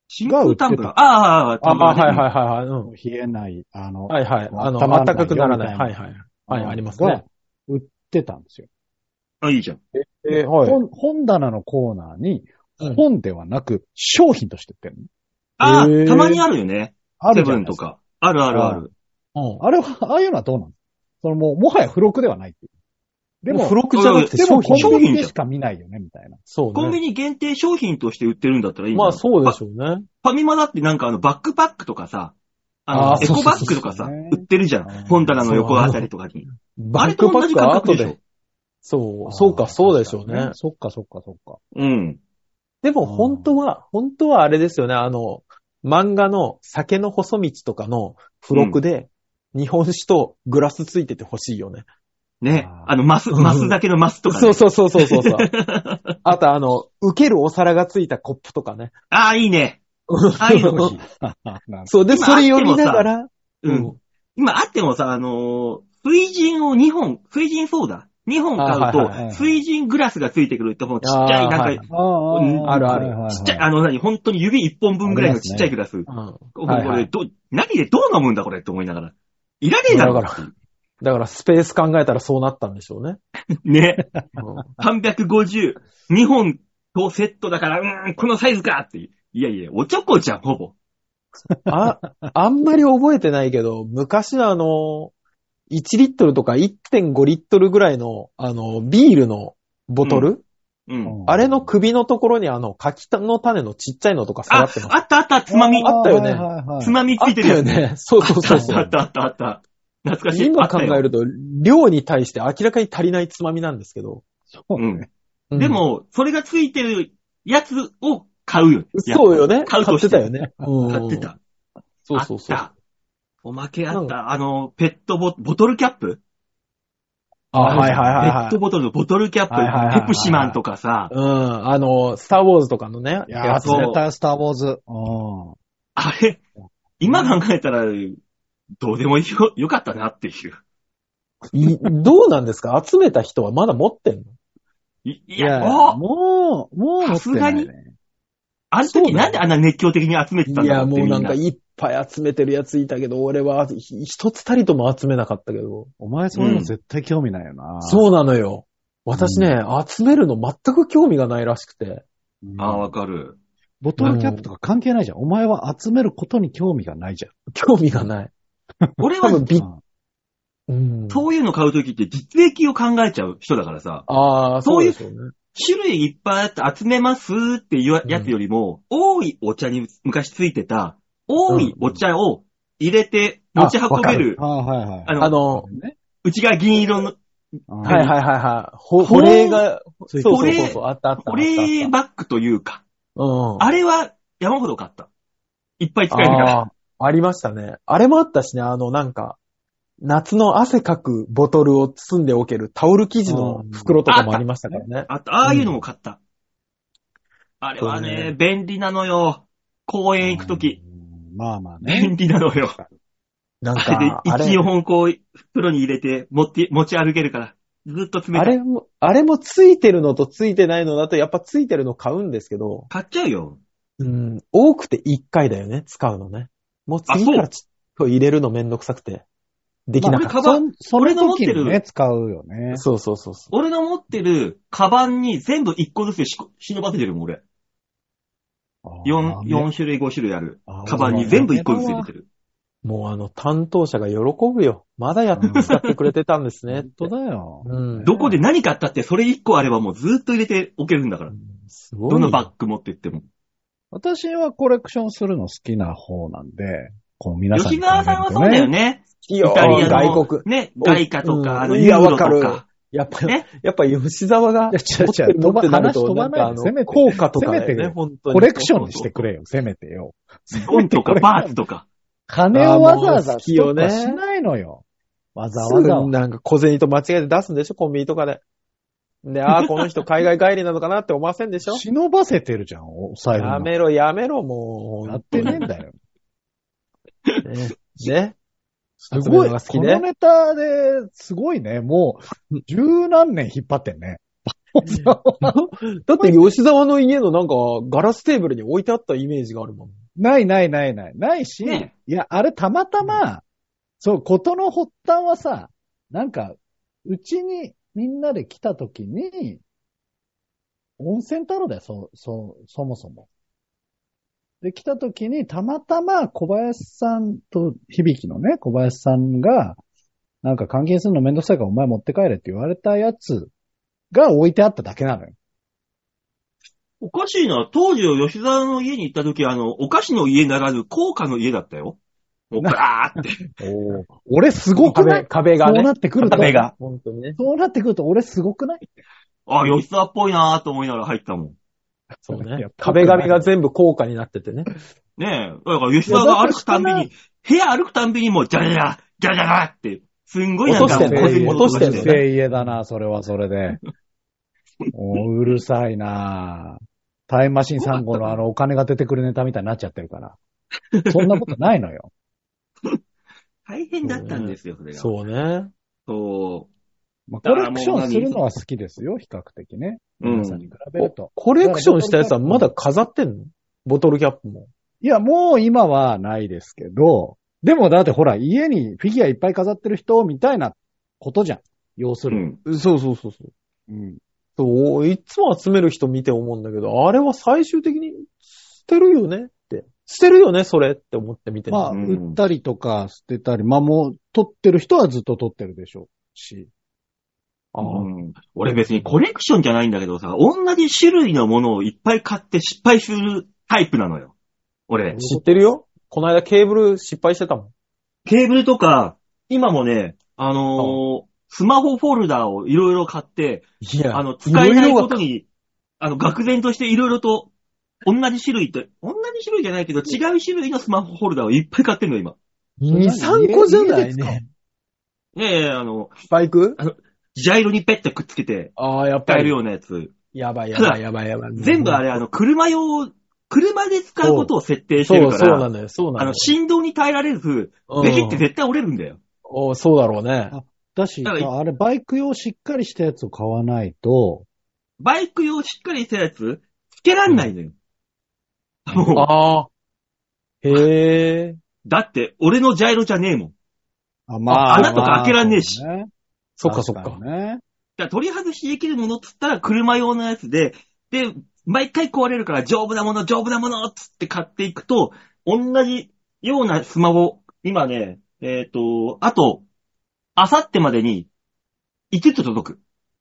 Speaker 2: 真空タンブラー。ああ、
Speaker 3: あ、ああ、はいはい
Speaker 2: い。
Speaker 3: はいはい。うん。
Speaker 4: 冷えない、あの、
Speaker 3: はいはい。あの、
Speaker 4: 温まらないよ
Speaker 3: 暖かくならな
Speaker 4: み
Speaker 3: い。
Speaker 4: た
Speaker 3: はいいはい。はい、あります
Speaker 4: が
Speaker 3: ね。
Speaker 4: 売ってたんですよ。
Speaker 2: あ、いいじゃん。
Speaker 3: えーはい。
Speaker 4: 本本棚のコーナーに
Speaker 3: うん、
Speaker 4: 本ではなく商品として売ってるの
Speaker 2: ああ
Speaker 3: へ、ー
Speaker 2: たまにあるよね。
Speaker 4: あ
Speaker 2: セ
Speaker 4: るじゃない
Speaker 2: ブン
Speaker 4: で
Speaker 2: と
Speaker 4: すか。
Speaker 2: か。あるあるある。
Speaker 3: うん。
Speaker 4: あれは、ああいうのはどうなのそのもう、もはや付録ではないっていう。で
Speaker 3: も
Speaker 4: も
Speaker 3: う付、録じゃなくて
Speaker 4: で
Speaker 3: 商
Speaker 4: もコンビ
Speaker 3: 品。
Speaker 4: ニ
Speaker 2: 商品じ
Speaker 4: で
Speaker 2: ゃん
Speaker 4: しか見ないよね、みたいな。
Speaker 3: そうね。
Speaker 2: コンビニ限定商品として売ってるんだったらいいじゃん
Speaker 3: まあそうでしょうね。
Speaker 2: ファミマだってなんかあのバックパックとかさ、あ
Speaker 3: あ
Speaker 2: の、
Speaker 3: ー
Speaker 2: エコバッグとかさ、
Speaker 4: そうそうそうそう
Speaker 2: 売ってるじゃ
Speaker 4: あ
Speaker 2: ん。
Speaker 4: ー
Speaker 2: 本棚の横あたりとかに。あ
Speaker 3: バ
Speaker 2: れ
Speaker 3: ック
Speaker 2: と
Speaker 3: パ
Speaker 2: 同
Speaker 3: ッ
Speaker 2: じ
Speaker 3: ク
Speaker 2: 感
Speaker 3: は
Speaker 2: 覚
Speaker 3: 後
Speaker 2: でしょ
Speaker 3: で。。そう、そうか、そうでしょうね。
Speaker 4: そっか、そっか、そっか。
Speaker 2: うん。
Speaker 3: でも本当は、本当はあれですよね、あの、漫画の酒の細道とかの付録で、日本酒とグラスついててほしいよね。
Speaker 2: ね
Speaker 4: あ。ー
Speaker 2: あの、マス、
Speaker 3: うん
Speaker 2: マスだけのマスとか
Speaker 3: そう
Speaker 2: ね。
Speaker 3: そうそうそうそう そう。あとあの、受けるお皿がついたコップとかね。
Speaker 2: ああ、いいね。ああいう
Speaker 4: な
Speaker 2: の。
Speaker 4: んか
Speaker 3: そう、で、
Speaker 2: 今
Speaker 3: それ読みながら、
Speaker 2: う
Speaker 3: うん
Speaker 2: ん。今あってもさ、あのー、水人を2本、水人ソーダ。2本買う
Speaker 3: あーはい
Speaker 4: はいはい
Speaker 2: と、水人グラスがついてくるって、もうちっちゃい、
Speaker 3: あー
Speaker 2: な
Speaker 3: はい
Speaker 2: んか、
Speaker 4: ああ
Speaker 2: うん
Speaker 3: あるある
Speaker 2: ちっちゃい、あの、何、本当に指1本分ぐらいのちっちゃいグラス。
Speaker 3: うん
Speaker 2: こ
Speaker 3: はいは
Speaker 2: れ、
Speaker 3: い
Speaker 2: ど、何でどう飲むんだこれって思いながら。いらねえだろ
Speaker 3: だか。だからスペース考えたらそうなったんでしょうね。
Speaker 2: ね。
Speaker 3: うん
Speaker 2: 350、2本とセットだから、うーん、このサイズかって。いやいや、おちょこじゃん、ほぼ。
Speaker 3: あ、あんまり覚えてないけど、昔のあの、1リットルとか1.5リットルぐらいの、あの、ビールのボトル、
Speaker 2: うん。
Speaker 3: あれの首のところにあの、柿の種のちっちゃいのとか下が
Speaker 2: あ
Speaker 3: って、ます。
Speaker 2: あったあった、つまみ。
Speaker 3: あったよね
Speaker 2: つまみつ
Speaker 3: あっ
Speaker 2: いて
Speaker 3: た
Speaker 2: るや
Speaker 3: よ
Speaker 2: つ。
Speaker 3: ね。そうそうそうそ
Speaker 2: あっ
Speaker 3: う。
Speaker 2: たあったあったあった。懐かしい。
Speaker 3: 今考え
Speaker 2: る。
Speaker 3: ると、量に対して明らかに足りないつまみなんですけど。
Speaker 4: そうね。
Speaker 3: うん
Speaker 2: で、も、それがついてるやつを買うよ。
Speaker 3: そうよね。
Speaker 2: 買
Speaker 3: 買
Speaker 2: うと
Speaker 3: っ
Speaker 2: して
Speaker 3: てたよね。
Speaker 2: やっぱ
Speaker 3: 買
Speaker 2: 買って。た。
Speaker 3: そうそうそ
Speaker 2: あっ
Speaker 3: う。
Speaker 2: た。おまけあ
Speaker 3: な
Speaker 2: っ
Speaker 3: ん
Speaker 2: た。あの、ペットボ、ボトルキャップ
Speaker 3: あ、はいはいはい
Speaker 2: ペ
Speaker 3: は
Speaker 2: ッ
Speaker 3: い
Speaker 2: ト。ボトルのボトルキャップ
Speaker 3: はいはいはい。はい
Speaker 2: ペプシマンとかさ、
Speaker 3: うん。あの、スターウォーズとかのね。
Speaker 4: いやー、
Speaker 3: つね
Speaker 2: そう
Speaker 4: 絶対スターウォーズ。うん。
Speaker 2: あれ、今考えたら、どうでもよ、よかったなっていう。
Speaker 3: いどうなんですか集めた人はまだ持ってんの
Speaker 2: いい
Speaker 4: い
Speaker 2: や、お
Speaker 4: もう、もう持ってない、ね。
Speaker 2: さすがあの時なんであんな熱狂的に集めてたん
Speaker 3: い
Speaker 2: だろ
Speaker 3: や、
Speaker 2: うって
Speaker 3: もう
Speaker 2: みん
Speaker 3: な
Speaker 2: な。
Speaker 3: んかいっぱい集めてるやついたけど、俺はひ一つたりとも集めなかったけど。
Speaker 4: お前そういうの絶対興味ないよな。
Speaker 3: そうなのよ。私ね、集めるの全く興味がないらしくて。
Speaker 4: うん。
Speaker 2: ああ、わかる。
Speaker 4: ボトルキャップとか関係ないじゃん。お前は集めることに興味がないじゃん。
Speaker 3: 興味がない。
Speaker 2: 俺
Speaker 3: 多
Speaker 2: は、
Speaker 3: 分ビ
Speaker 4: うん
Speaker 3: うん。
Speaker 2: そういうの買う時って実益を考えちゃう人だからさ、
Speaker 3: ああ、そうですよね。
Speaker 2: 種類いっぱいあって集めますっていうやつよりも、多いお茶に昔ついてた、多いお茶を入れて持ち運べる、
Speaker 4: ああ、はいはい。
Speaker 2: あの
Speaker 3: あの、
Speaker 4: ね。
Speaker 2: 内側銀色の
Speaker 4: うん
Speaker 3: はいはいはいはい。ほ保冷が、そうそうそうそう、あったあったあった。
Speaker 2: 保冷バッグというか、
Speaker 3: うん。
Speaker 2: あれは山ほど買った。いっぱい使えるから。
Speaker 3: あーありましたね。あれもあったしね、あの、なんか、夏の汗かくボトルを包んでおけるタオル生地の袋とかもありましたからね。
Speaker 2: あと、ああいうのも買った。あれは
Speaker 3: そう
Speaker 2: ね、
Speaker 3: ね
Speaker 2: 便利なのよ。公園行くとき。。
Speaker 4: うんまあまあね。
Speaker 2: 便利なのよ。
Speaker 3: なん
Speaker 2: あれで
Speaker 3: か、あれ
Speaker 2: 一、本こう、袋に入れて、持って、持ち歩けるから。ずっと詰
Speaker 3: あ
Speaker 2: めて。
Speaker 3: れも、あれもついてるのとついてないのだと、やっぱついてるの買うんですけど、
Speaker 2: 買っちゃうよ。
Speaker 3: うん、多くて1回だよね、使うのね。もう次からちょっと入れるのめんどくさくて、 できな
Speaker 2: ま
Speaker 3: かっ
Speaker 2: あ
Speaker 3: た。
Speaker 2: カバン
Speaker 4: そ
Speaker 2: 俺
Speaker 4: の
Speaker 2: の持っ
Speaker 4: 時
Speaker 2: てる
Speaker 4: にね、使うよね。
Speaker 3: そうそうそうそう。
Speaker 2: 俺の持ってる、カバンに全部1個ずつしこ忍ばせてるもん、俺。
Speaker 4: あ
Speaker 2: 4,
Speaker 4: あ
Speaker 2: 4種類、5種類ある。
Speaker 3: あー
Speaker 2: カバンに全部1個ずつ入れてる。
Speaker 3: もうあの、担当者が喜ぶよ。まだやっ使ってくれてたんですね。
Speaker 4: 本当だよ。
Speaker 3: うん。
Speaker 2: どこで何買ったって、それ1個あればもうずっと入れておけるんだから。
Speaker 3: すごい。
Speaker 2: どのバッグ持ってっても。
Speaker 4: 私はコレクションするの好きな方なんで、こう皆さんに
Speaker 2: 吉
Speaker 4: 比べるとね、
Speaker 2: 川さんはそうだよね。
Speaker 3: い
Speaker 2: イ
Speaker 3: や
Speaker 2: タリアの。
Speaker 3: 外国。
Speaker 2: ね、外貨とか、
Speaker 3: うん
Speaker 2: あの、
Speaker 3: い
Speaker 2: ユ
Speaker 3: や
Speaker 2: ーロと
Speaker 3: わか
Speaker 2: か
Speaker 3: る。やっぱ
Speaker 2: え、
Speaker 3: やっぱ吉沢が、
Speaker 4: 違う違う
Speaker 3: 持ってる持ってなると、
Speaker 4: 飛ば
Speaker 3: なんかあ
Speaker 4: 話飛ばないでせめて
Speaker 3: の、効果とかだ
Speaker 4: せめ
Speaker 3: よね、
Speaker 4: て
Speaker 3: 本当に。
Speaker 4: コレクションにしてくれよ、せめてよ。
Speaker 2: 本とかバーツとか。
Speaker 4: 金をわざわざストックはしないのよ。わざわざ
Speaker 3: すぐ。なんか小銭と間違えて出すんでしょコンビニとかで。で、ああ、この人海外帰りなのかなって思わせんでしょ
Speaker 4: 忍ばせてるじゃん、お財布
Speaker 3: や
Speaker 4: の中。
Speaker 3: めろ、やめろ、もう。
Speaker 4: やってねえん だよ。
Speaker 3: ね。 ね。
Speaker 4: す
Speaker 3: 集め
Speaker 4: ごい。
Speaker 3: るの
Speaker 4: こ
Speaker 3: が好きね
Speaker 4: のネタで、すごいね。もう、十何年引っ張ってんね。
Speaker 3: だって吉沢の家のなんか、ガラステーブルに置いてあったイメージがあるもん。
Speaker 4: ないないないない。ないし、
Speaker 2: ね
Speaker 4: いや、あれたまたま、そう、ことの発端はさ、なんか、うちにみんなで来た時に、温泉太郎だよ、そ、そ、そもそも。で、来た時に、たまたま小林さんと、響のね、小林さんが、なんか換金するのめんどくさいからお前持って帰れって言われたやつが置いてあっただけなのよ。
Speaker 2: おかしいな。当時、吉沢の家に行った時、あの、お菓子の家ならず、高価の家だったよ。もう、ガーって。
Speaker 4: 俺すごくない
Speaker 3: 壁、壁が
Speaker 4: そうな
Speaker 3: ね。
Speaker 4: ってくると、
Speaker 2: 壁が
Speaker 3: 本当にね。
Speaker 4: そうなってくると俺すごくない
Speaker 2: あ、吉沢っぽいなーと思いながら入ったもん。
Speaker 3: そう
Speaker 4: い
Speaker 3: ね
Speaker 4: や。
Speaker 3: 壁紙が全部高価になっててね。
Speaker 2: ねえ。だから、吉沢が歩くたんびに、部屋歩くたんびにもう、ジャラジャラ、ジャラジャラって、すんごいなんか、
Speaker 3: 落としてんの
Speaker 2: 小銭
Speaker 3: 落としてん
Speaker 4: う
Speaker 3: の
Speaker 4: る
Speaker 2: ね。
Speaker 4: せえ家だな、それはそれで。おうるさいなタイムマシン3号のあのお金が出てくるネタみたいになっちゃってるから。そんなことないのよ。
Speaker 2: 大変だったんですよ、それが。
Speaker 3: そうね。
Speaker 2: そ
Speaker 4: まあコレクションするのは好きですよ、比較的ね。
Speaker 2: う。うん
Speaker 4: 皆。さんに比べると。
Speaker 3: コレクションしたやつはまだ飾ってんのボトルキャップも。
Speaker 4: いや、もう今はないですけど、でもだってほら、家にフィギュアいっぱい飾ってる人みたいなことじゃん。要す
Speaker 2: う
Speaker 4: る
Speaker 2: ん。
Speaker 3: そうそうそうそう。
Speaker 4: に。うん
Speaker 3: そう、いつも集める人見て思うんだけど、あれは最終的に捨てるよねって。捨てるよね、それって思って見てる。
Speaker 4: まあ、
Speaker 2: うん
Speaker 4: 売ったりとか捨てたり、まあもう、取ってる人はずっと取ってるでしょうし。
Speaker 3: あー
Speaker 2: うん俺別にコレクションじゃないんだけどさ、同じ種類のものをいっぱい買って失敗するタイプなのよ。俺、
Speaker 3: 知ってるよこの間ケーブル失敗してたもん。
Speaker 2: ケーブルとか、今もね、あのースマホフォルダーをいろいろ買って、
Speaker 3: いや
Speaker 2: あの、使えないこと
Speaker 3: が
Speaker 2: に、あの、愕然としていろいろと、同じ種類って、同じ種類じゃないけど、違う種類のスマホフォルダーをいっぱい買ってんの、今。
Speaker 3: 2、3個じゃな
Speaker 4: 家で
Speaker 3: い
Speaker 4: 使う
Speaker 3: ね。
Speaker 2: ねえ、あの、
Speaker 3: バイク
Speaker 2: ジャイロにペッてくっつけて、
Speaker 3: ああ、やっ
Speaker 2: 使
Speaker 3: ぱ
Speaker 2: える
Speaker 3: り。
Speaker 2: ようなやつ。
Speaker 3: やばいやばいやばいやばい。
Speaker 2: 全部あれ、あの、車用、車で使うことを設定して
Speaker 3: そ
Speaker 2: る
Speaker 3: う、
Speaker 2: から。
Speaker 3: そうなのよ、そうな
Speaker 2: あ
Speaker 3: の
Speaker 2: の、
Speaker 3: よ。
Speaker 2: 振動に耐えられず、
Speaker 3: うん
Speaker 2: ベキって絶対折れるんだよ。
Speaker 3: おそうだろうね。
Speaker 4: だし、
Speaker 2: だから
Speaker 4: あれ、バイク用しっかりしたやつを買わないと、
Speaker 2: バイク用しっかりしたやつ、つけらんないのよ。もう、
Speaker 3: ああ。へえ。
Speaker 2: だって、俺のジャイロじゃねえもん。
Speaker 4: あ、
Speaker 3: あ穴と
Speaker 2: か開けらんねえし
Speaker 4: まあそうね
Speaker 3: そっかそっか
Speaker 4: 確。にね。
Speaker 2: だから取り外しできるものっつったら車用のやつで、で、毎回壊れるから丈夫なもの、丈夫なものっつって買っていくと、同じようなスマホ、今ね、えっ、と、あと、あさってまでに、5つ届く。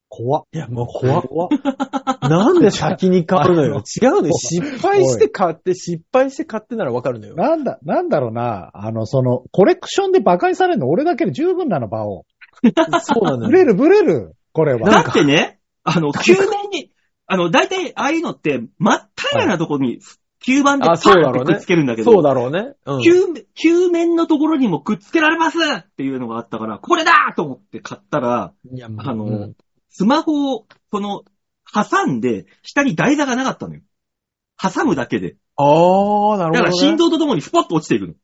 Speaker 4: 怖っ。
Speaker 3: いや、もう怖っ。
Speaker 4: 怖っ。
Speaker 3: なんで先に買うのよ。 違う
Speaker 4: お
Speaker 3: のよ。
Speaker 4: い
Speaker 3: 失敗して買って、失敗して買ってならわかるのよ。
Speaker 4: なんだ、なんだろうな。あの、その、コレクションで馬鹿にされるの俺だけで十分なの、場を。
Speaker 3: そうなの
Speaker 4: ブレ
Speaker 3: よ。
Speaker 4: る、ブレる。これ
Speaker 3: な
Speaker 4: は。
Speaker 2: だ
Speaker 3: んか
Speaker 2: ってね、あの、急面に、あの、大体、ああいうのって、真っ平らなとこに、吸盤でパ
Speaker 3: あそう
Speaker 2: ーン
Speaker 3: だ
Speaker 2: って
Speaker 3: ろうね
Speaker 2: くっつけるんだけど、
Speaker 3: そうだろうね。うん。
Speaker 2: 球、球面のところにもくっつけられますっていうのがあったから、これだと思って買ったら、
Speaker 3: いや、もう
Speaker 2: あの、
Speaker 3: うん
Speaker 2: スマホを、その、挟んで、下に台座がなかったのよ。挟むだけで。
Speaker 3: ああ、な
Speaker 2: だか
Speaker 3: る
Speaker 2: ら
Speaker 3: ほどね。
Speaker 2: 振動とともにスポッと落ちていくの。っ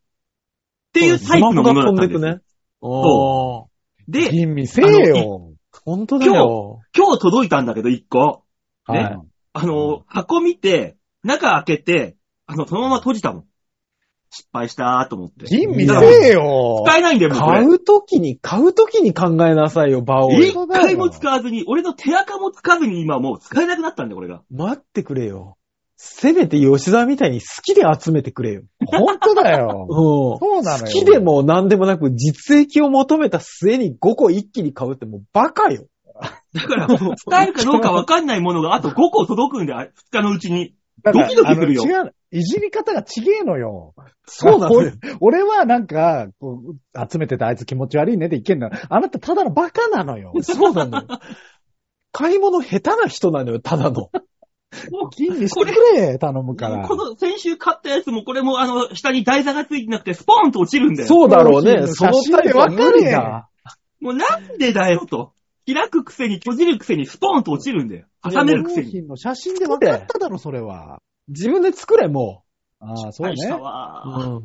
Speaker 2: ていうタイプのものだったんですよ。
Speaker 3: ね。おー。
Speaker 2: で、
Speaker 4: 吟味せえよ。
Speaker 3: 本当だよ。
Speaker 2: 今日届いたんだけど、1個。
Speaker 4: は
Speaker 2: ね
Speaker 4: い。
Speaker 2: あの、箱見て、中開けて、あの、そのまま閉じたもん。失敗したーと思って。
Speaker 4: 吟味
Speaker 2: だから
Speaker 4: せえよ。
Speaker 2: 使えないんだよ、もうこれ
Speaker 3: 買。うときに、買うときに考えなさいよ、場を。
Speaker 2: 一
Speaker 4: 本当だよ
Speaker 2: 回も使わずに、俺の手垢もつかずに今もう使えなくなったんだよ、これが。
Speaker 3: 待ってくれよ。せめて吉沢みたいに好きで集めてくれよ。
Speaker 4: 本当だよ。
Speaker 3: う
Speaker 4: そ
Speaker 3: ん。
Speaker 4: うなのよ。
Speaker 3: 好きで。も何でもなく実益を求めた末に5個一気に買うってもうバカよ。
Speaker 2: だから もう、使えるかどうかわかんないものがあと5個届くんだよ、2日のうちに。
Speaker 4: だから
Speaker 2: ドキドキするよ
Speaker 4: あの違う。いじり方がちげえのよ。
Speaker 3: そうなのよ。
Speaker 4: 俺はなんか、こう集めてたあいつ気持ち悪いねって言ってんの。あなたただのバカなのよ。
Speaker 3: そうなのよ。買い物下手な人なのよ、ただの。
Speaker 4: 吟味してくれ、頼むから。
Speaker 2: この先週買ったやつもこれもあの、下に台座がついてなくてスポーンと落ちるんだよ。
Speaker 3: そうだろうね。そ
Speaker 4: 写
Speaker 3: の
Speaker 4: 真
Speaker 3: タイ
Speaker 4: で
Speaker 3: プは
Speaker 4: わか
Speaker 3: 無
Speaker 4: る
Speaker 3: 理
Speaker 4: や
Speaker 3: だ。
Speaker 2: もうなんでだよと。開くくせに閉じるくせにスポーンと落ちるんだよ。挟めるく
Speaker 4: 商
Speaker 2: せに。
Speaker 4: 品の写真でわかっただろ、それは。
Speaker 3: 自分で作れ、も
Speaker 4: ああ、そうね
Speaker 2: 大。した
Speaker 3: う。
Speaker 2: わ
Speaker 3: うん。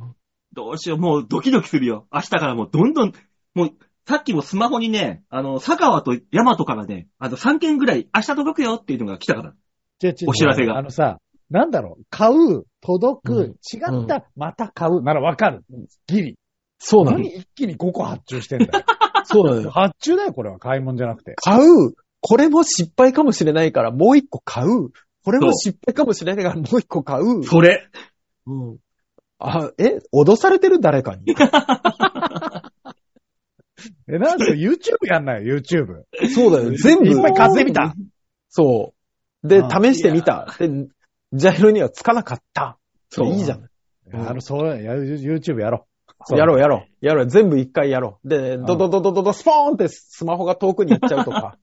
Speaker 2: どうしよう、もうドキドキするよ。明日からもうどんどん、もう、さっきもスマホにね、あの、佐川と山とからね、あの、3件ぐらい、明日届くよっていうのが来たから。
Speaker 4: 違う違う
Speaker 2: お知らせが
Speaker 4: あのさ、なんだろう、買う、届く、
Speaker 3: うん
Speaker 4: 違った、また買うならわかる。ギリ。
Speaker 3: そうなの
Speaker 4: 何。一気に5個発注してんだよ。
Speaker 3: そう なのよ。
Speaker 4: 発注だよ、これは。買い物じゃなくて。
Speaker 3: 買う。これも失敗かもしれないから、もう一個買う。これも失敗かもしれないから、もう一個買う。
Speaker 2: それ
Speaker 3: うん。あ、え、脅されてる誰かに。
Speaker 4: え、なん で YouTube やんないよ、YouTube。
Speaker 3: そうだよ。全部。
Speaker 4: いっぱい買ってみた。
Speaker 3: そう。で、
Speaker 4: あ
Speaker 3: 試してみた。で、ジャイロにはつかなかった。それいいじゃん。
Speaker 4: あの、そうや、YouTube やろう。そう
Speaker 3: やろうやろう。やろう。全部一回やろう。で、ドドドドドド、スポーンってスマホが遠くに行っちゃうとか。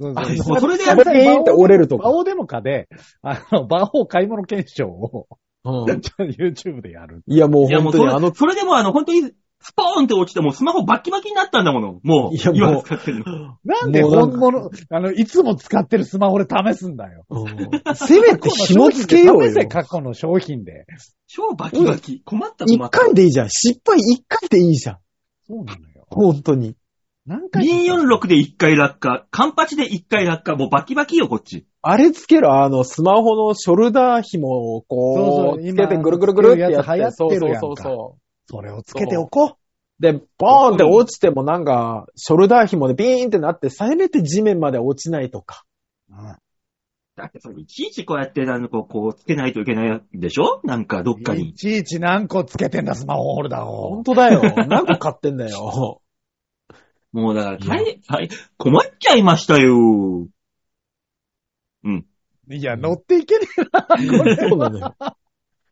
Speaker 4: そう
Speaker 2: あ
Speaker 4: そう
Speaker 2: のそれで
Speaker 3: や
Speaker 2: や
Speaker 3: っ
Speaker 2: る
Speaker 3: ぱりって折れると
Speaker 4: バ
Speaker 3: か。
Speaker 4: オデモカで、あの、バオ買い物検証を、
Speaker 3: うん。
Speaker 4: YouTube でやる。
Speaker 3: いや、もう
Speaker 2: いやも
Speaker 3: 本
Speaker 2: うそ
Speaker 3: 当に
Speaker 2: れ
Speaker 3: あの、
Speaker 2: それでもあの、本当に、スポーンって落ちて、もうスマホバッキバキになったんだもの。もう、
Speaker 3: いや
Speaker 2: 今
Speaker 3: もう
Speaker 2: 使ってるの。
Speaker 4: なんで
Speaker 3: もうな
Speaker 4: 本
Speaker 3: んか
Speaker 4: 物、あの、いつも使ってるスマホで試すんだよ。
Speaker 3: うんせめて紐付けよう
Speaker 4: 試せ、
Speaker 3: よ。
Speaker 4: 過去の商品で。
Speaker 2: 超バキバキ。困った困
Speaker 3: 一
Speaker 2: った。
Speaker 3: 回でいいじゃん。失敗一回でいいじゃん。
Speaker 4: そうなのよ。
Speaker 3: 本当に。
Speaker 4: 何回
Speaker 2: 246で1回落下。カンパチで1回落下。もうバキバキよ、こっち。
Speaker 3: あれつけろ、あの、スマホのショルダー紐をこ
Speaker 4: そう
Speaker 3: う、
Speaker 4: そう
Speaker 3: つけてぐるぐるぐるってやっ
Speaker 4: 今流行
Speaker 3: て、そう
Speaker 4: って
Speaker 3: そ
Speaker 4: る
Speaker 3: う
Speaker 4: やんか
Speaker 3: そうそ
Speaker 4: それをつけておこ
Speaker 3: う。で、ボーンって落ちてもなんか、ショルダー紐でビーンってなって、さめて地面まで落ちないとか。
Speaker 4: う。あ
Speaker 2: だってそれ、いちいちこうやって、なんかこう、こう、つけないといけないでしょなんか、どっか
Speaker 4: い
Speaker 2: に。
Speaker 4: ちいち何個つけてんだ、スマホホルダー
Speaker 3: 本
Speaker 4: を。
Speaker 3: 当 だよ。何個買ってんだよ。
Speaker 2: もうだから、大変、大変困っちゃいましたよ。
Speaker 4: いや、乗っていけねえな、これ。
Speaker 3: そうなのよ。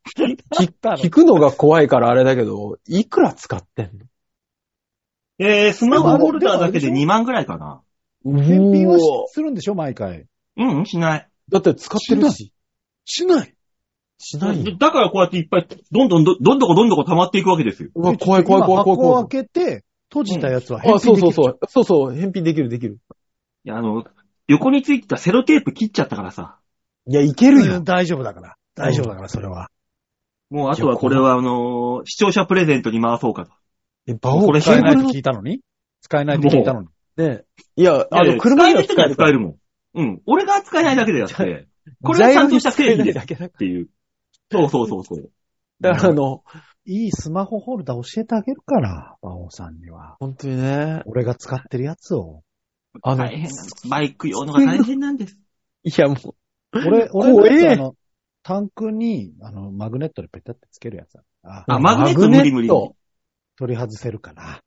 Speaker 4: 切ったの
Speaker 3: 聞くのが怖いからあれだけど、いくら使ってんの
Speaker 2: えー、スマホホルダーだけで2万ぐらいかな。
Speaker 3: う
Speaker 4: 返品はし
Speaker 3: おー
Speaker 4: するんでしょ、毎回。
Speaker 2: うん、しない。
Speaker 3: だって使ってるし。
Speaker 4: しない。
Speaker 3: しないよ。
Speaker 2: だからこうやっていっぱい、どんどんど、どんどこどんどこ溜まっていくわけですよ。
Speaker 3: うわ、怖い怖い怖い
Speaker 4: 今
Speaker 3: 怖い怖
Speaker 4: 箱
Speaker 3: い
Speaker 4: を。開けて、閉じたやつは返
Speaker 3: あ、
Speaker 4: 品
Speaker 3: そう
Speaker 4: できる
Speaker 3: そうそう。そうそう。返品できるできる。
Speaker 2: いや、あの、横についてたセロテープ切っちゃったからさ。
Speaker 3: いや、いける
Speaker 4: う
Speaker 3: よ
Speaker 4: ん。大丈夫だから。大丈夫だから、それは。
Speaker 2: もう、あとはこれは、あのー視聴者プレゼントに回そうかと。
Speaker 3: え、バ
Speaker 2: こ
Speaker 3: オ
Speaker 2: れ
Speaker 3: ケ
Speaker 4: 使え
Speaker 3: ーブ
Speaker 4: ない
Speaker 3: ル
Speaker 4: と
Speaker 3: の
Speaker 4: 聞いたのに使えないと聞いたのに。
Speaker 3: ねいや、あ
Speaker 2: いやい
Speaker 3: の、
Speaker 2: や
Speaker 3: 車には
Speaker 2: 使
Speaker 3: 使
Speaker 2: える人に
Speaker 3: えるか
Speaker 2: は使え
Speaker 3: ら。
Speaker 2: るもん。うん。俺が扱えないだけでやっ
Speaker 3: じゃ
Speaker 2: て、これはちゃんとした定義
Speaker 3: ジャイロに使えない
Speaker 2: です
Speaker 3: だけだ
Speaker 2: っていう。そうそうそうそう。
Speaker 3: だからあの、
Speaker 4: いいスマホホルダー教えてあげるから、馬王さんには。
Speaker 3: 本当にね、
Speaker 4: 俺が使ってるやつを。
Speaker 3: あの、
Speaker 2: 大
Speaker 3: い
Speaker 2: 変なんです。バイク用のが大変なんです。
Speaker 3: やもう、
Speaker 4: 俺、
Speaker 3: 怖え
Speaker 4: 俺のやつあの、タンクに、あの、マグネットでペタってつけるやつ。あ、
Speaker 2: あマグネット無理無理
Speaker 3: マグネット
Speaker 4: 取り外せるから。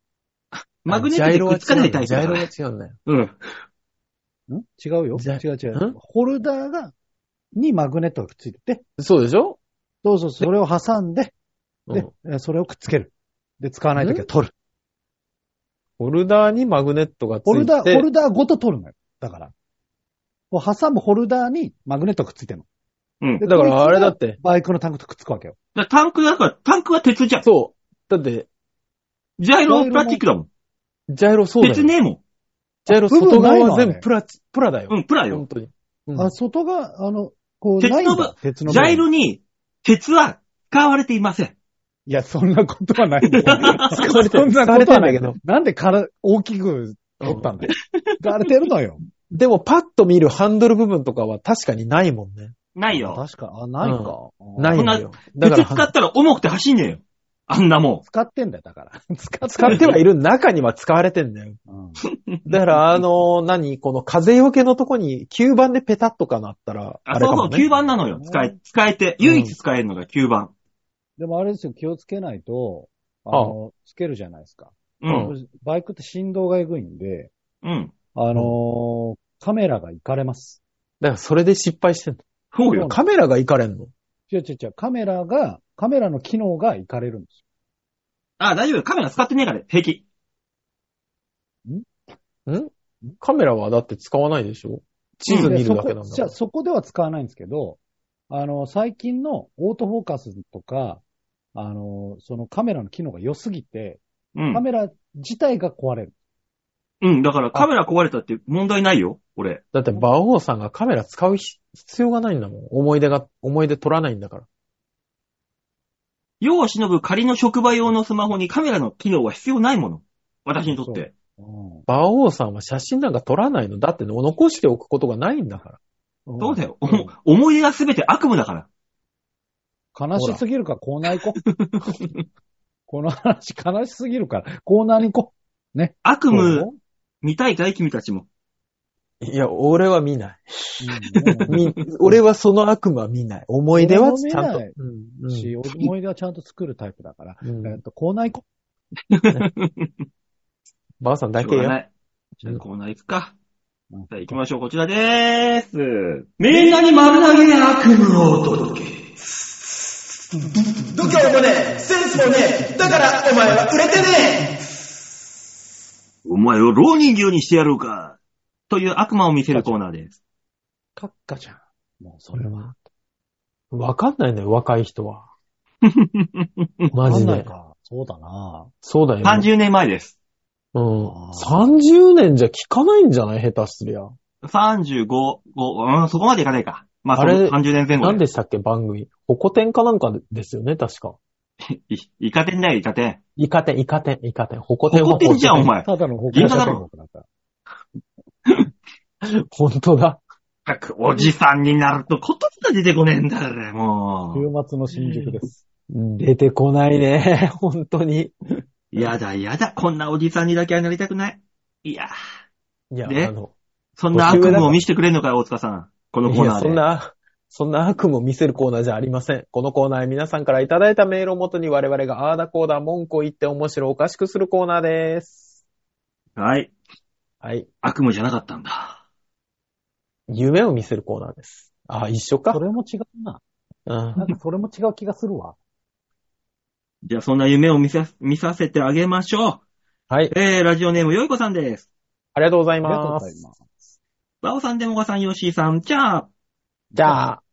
Speaker 2: マグネットでくっつかないタイプ
Speaker 3: ジャ
Speaker 2: だ
Speaker 3: イ
Speaker 2: か
Speaker 3: ロ
Speaker 2: ら
Speaker 3: が。違うんだよ。
Speaker 2: うん。
Speaker 4: ん違うよ。
Speaker 3: じゃ
Speaker 4: 違う違
Speaker 3: ん
Speaker 4: う。ホルダーが、にマグネットがくっついてて、
Speaker 3: そうでしょ
Speaker 4: どうぞそれを挟んで、
Speaker 3: う
Speaker 4: で
Speaker 3: ん、
Speaker 4: えそれをくっつける。で、使わないときは取る。
Speaker 3: ホルダーにマグネットがついて
Speaker 4: ホルダー、ホルダーごと取るのよ。だから。こう挟むホルダーにマグネットがくっついてるの。
Speaker 2: うん。だか
Speaker 3: だからあれだっ
Speaker 4: こい
Speaker 3: て
Speaker 4: つ、がバイクのタンクとくっつくわけよ。
Speaker 2: らタンクだから、タンクは鉄じゃん。
Speaker 3: そう。だって、
Speaker 2: ジャイロプラスチックだもん。
Speaker 3: ジャイロそうだよ。
Speaker 2: 鉄ねえも
Speaker 3: ジャイロ
Speaker 4: 部分
Speaker 3: 外側は
Speaker 4: ないのあ
Speaker 3: 全部
Speaker 4: れ
Speaker 3: プラチ、プラだよ。
Speaker 2: ん。うん、プラよ
Speaker 3: 本。当に。うん
Speaker 4: あ、外が、あの、こう、
Speaker 2: 鉄の
Speaker 4: ないん
Speaker 2: 部
Speaker 4: だ。鉄の
Speaker 2: ジ
Speaker 4: 部分
Speaker 2: ャイロに、鉄は使われていません。
Speaker 4: いや、そんなことはないんだよ。
Speaker 3: 使われ
Speaker 4: そ
Speaker 3: てる
Speaker 4: んな
Speaker 3: 使わ
Speaker 4: こ
Speaker 3: れ
Speaker 4: と
Speaker 3: て
Speaker 4: は
Speaker 3: ん
Speaker 4: な
Speaker 3: だ
Speaker 4: いけ
Speaker 3: け
Speaker 4: ど
Speaker 3: ど。。
Speaker 4: なんでから、大きく取ったんだよ。がれてるのよ。
Speaker 3: でもパッと見るハンドル部分とかは確かにないもんね。
Speaker 2: ないよ。
Speaker 4: 確か、あ、ないか。
Speaker 3: な
Speaker 4: う
Speaker 3: い
Speaker 4: ん
Speaker 3: んだよ。だ
Speaker 2: 鉄
Speaker 3: から、
Speaker 2: 使ったら重くて走んねえよ。あんなも
Speaker 4: 使ってんだよ、だから。使って
Speaker 3: 使ってはいる中には使われてんだよ。
Speaker 4: うん
Speaker 3: だから、あのー何この風よけのとこに9番でペタッとかなったら、
Speaker 2: ん。あ、そう
Speaker 3: れか
Speaker 2: そ
Speaker 3: も
Speaker 2: う、
Speaker 3: ね。
Speaker 2: 9番なのよ。使え、使えて、唯一使えるのが9番。
Speaker 4: でもあれですよ、気をつけないと、あの、つけるじゃないですか。
Speaker 2: うん。
Speaker 4: バイクって振動がエグいんで、
Speaker 2: うん。
Speaker 4: あのーカメラがいかれます。
Speaker 3: だからそれで失敗してん
Speaker 2: そう
Speaker 3: の。
Speaker 2: よ。
Speaker 3: カメラがいかれんの。
Speaker 4: 違う違う違う、カメラが、カメラの機能がいかれるんです
Speaker 2: あ、大丈夫よ。カメラ使ってねえから、平気。
Speaker 3: カメラはだって使わないでしょ地
Speaker 4: よ。
Speaker 3: 図
Speaker 4: で
Speaker 3: 見る
Speaker 4: そ
Speaker 3: だ
Speaker 4: こ
Speaker 3: けなんだ
Speaker 4: じ
Speaker 3: か
Speaker 4: ゃ
Speaker 3: ら
Speaker 4: あ。そこでは使わないんですけど、あの、最近のオートフォーカスとか、あの、そのカメラの機能が良すぎて、
Speaker 2: う
Speaker 4: カ
Speaker 2: ん。
Speaker 4: メラ自体が壊れる。
Speaker 2: うん、だからカメラ壊れたって問題ないよ、俺。
Speaker 3: だって、馬王さんがカメラ使う必要がないんだもん。思い出が、思い出取らないんだから。
Speaker 2: 世を忍ぶ仮の職場用のスマホにカメラの機能は必要ないもの。私にとっ
Speaker 4: そ
Speaker 2: て。
Speaker 4: うん。
Speaker 3: 馬王さんは写真なんか撮らないの。だって残しておくことがないんだから。
Speaker 2: そうだよ。お
Speaker 3: うん
Speaker 2: 思い出が全て悪夢だから。
Speaker 4: 悲しすぎるからコーナー行こう。この話悲しすぎるから、コーナーに行こ
Speaker 2: 悪
Speaker 4: う。
Speaker 2: 夢見たいかい君たちも。
Speaker 3: いや、俺は見ない。
Speaker 4: うん
Speaker 3: み俺はその悪夢は見ない。思い出はちゃんと。
Speaker 4: 俺も
Speaker 3: うんうん
Speaker 4: し思い出はちゃんと作るタイプだから。
Speaker 3: うん
Speaker 4: えっと、コーナー行こ
Speaker 3: ばあさんだ
Speaker 2: し
Speaker 3: け
Speaker 2: ょうがな
Speaker 3: よ。
Speaker 2: い。じゃあコーナー行くか。
Speaker 4: う。
Speaker 2: さあ行きましょう。こちらでーす。みんなに丸投げで悪夢をお届け。
Speaker 1: 度胸もねえ、センスもねえ、だからお前は売れてね
Speaker 2: お前を老人形にしてやろうか。という悪魔を見せるコーナーです。
Speaker 4: カッカじゃん。もうそ
Speaker 3: そ
Speaker 4: れ
Speaker 3: れ
Speaker 4: は。
Speaker 3: は。わかんないね、若い人は。マジ
Speaker 4: わかんない
Speaker 3: で。
Speaker 4: か。そうだな
Speaker 3: そうだよ。
Speaker 2: 30年前です。
Speaker 3: うん。
Speaker 4: あ
Speaker 3: 30年じゃ効かないんじゃない下手すりゃ。
Speaker 2: 35、5、うん、そこまでいかないか。まあ、
Speaker 3: あれ
Speaker 2: その30年前後
Speaker 3: 何でしたっけ番組。ホコ天かなんかですよね確か。
Speaker 2: いイカ天だよ、イカ天。
Speaker 3: イカ天、イカ天、イカ天。ホコ天
Speaker 2: 怒ってんじゃん、お。前。
Speaker 4: ただの方
Speaker 2: 銀座だろ
Speaker 4: だから。
Speaker 3: 本当だ。
Speaker 2: ったくおじさんになると言葉が出てこねえんだから、もう。
Speaker 4: 週末の新宿です。
Speaker 3: 出てこないね。本当に。
Speaker 2: やだやだ、こんなおじさんにだけはなりたくない。いやー、
Speaker 3: いや、
Speaker 2: ね
Speaker 3: あの、
Speaker 2: そんな悪夢を見せてくれんのかよ、大塚さん。この
Speaker 3: い
Speaker 2: コー
Speaker 3: や、
Speaker 2: ナーで。
Speaker 3: そんな、そんな悪夢を見せるコーナーじゃありません。このコーナーは皆さんからいただいたメールをもとに我々があーだこーだ文句を言って面白おかしくするコーナーです。
Speaker 2: はい。
Speaker 3: はい。
Speaker 2: 悪夢じゃなかったんだ。
Speaker 3: 夢を見せるコーナーです。あー、一緒か
Speaker 4: そ。れも違うな。
Speaker 3: うん
Speaker 4: な。んかそれも違う気がするわ。
Speaker 2: じゃあ、そんな夢を見さ、見させてあげましょ
Speaker 3: はい。
Speaker 2: う。えー、ラジオネーム、よいこさんです。
Speaker 3: ありがとうござい
Speaker 4: ありがとうご
Speaker 3: ま
Speaker 4: ざい
Speaker 3: す。
Speaker 4: ます。
Speaker 2: バオさん、デモガさん、ヨッシーさん、じゃあ、
Speaker 3: じゃあ、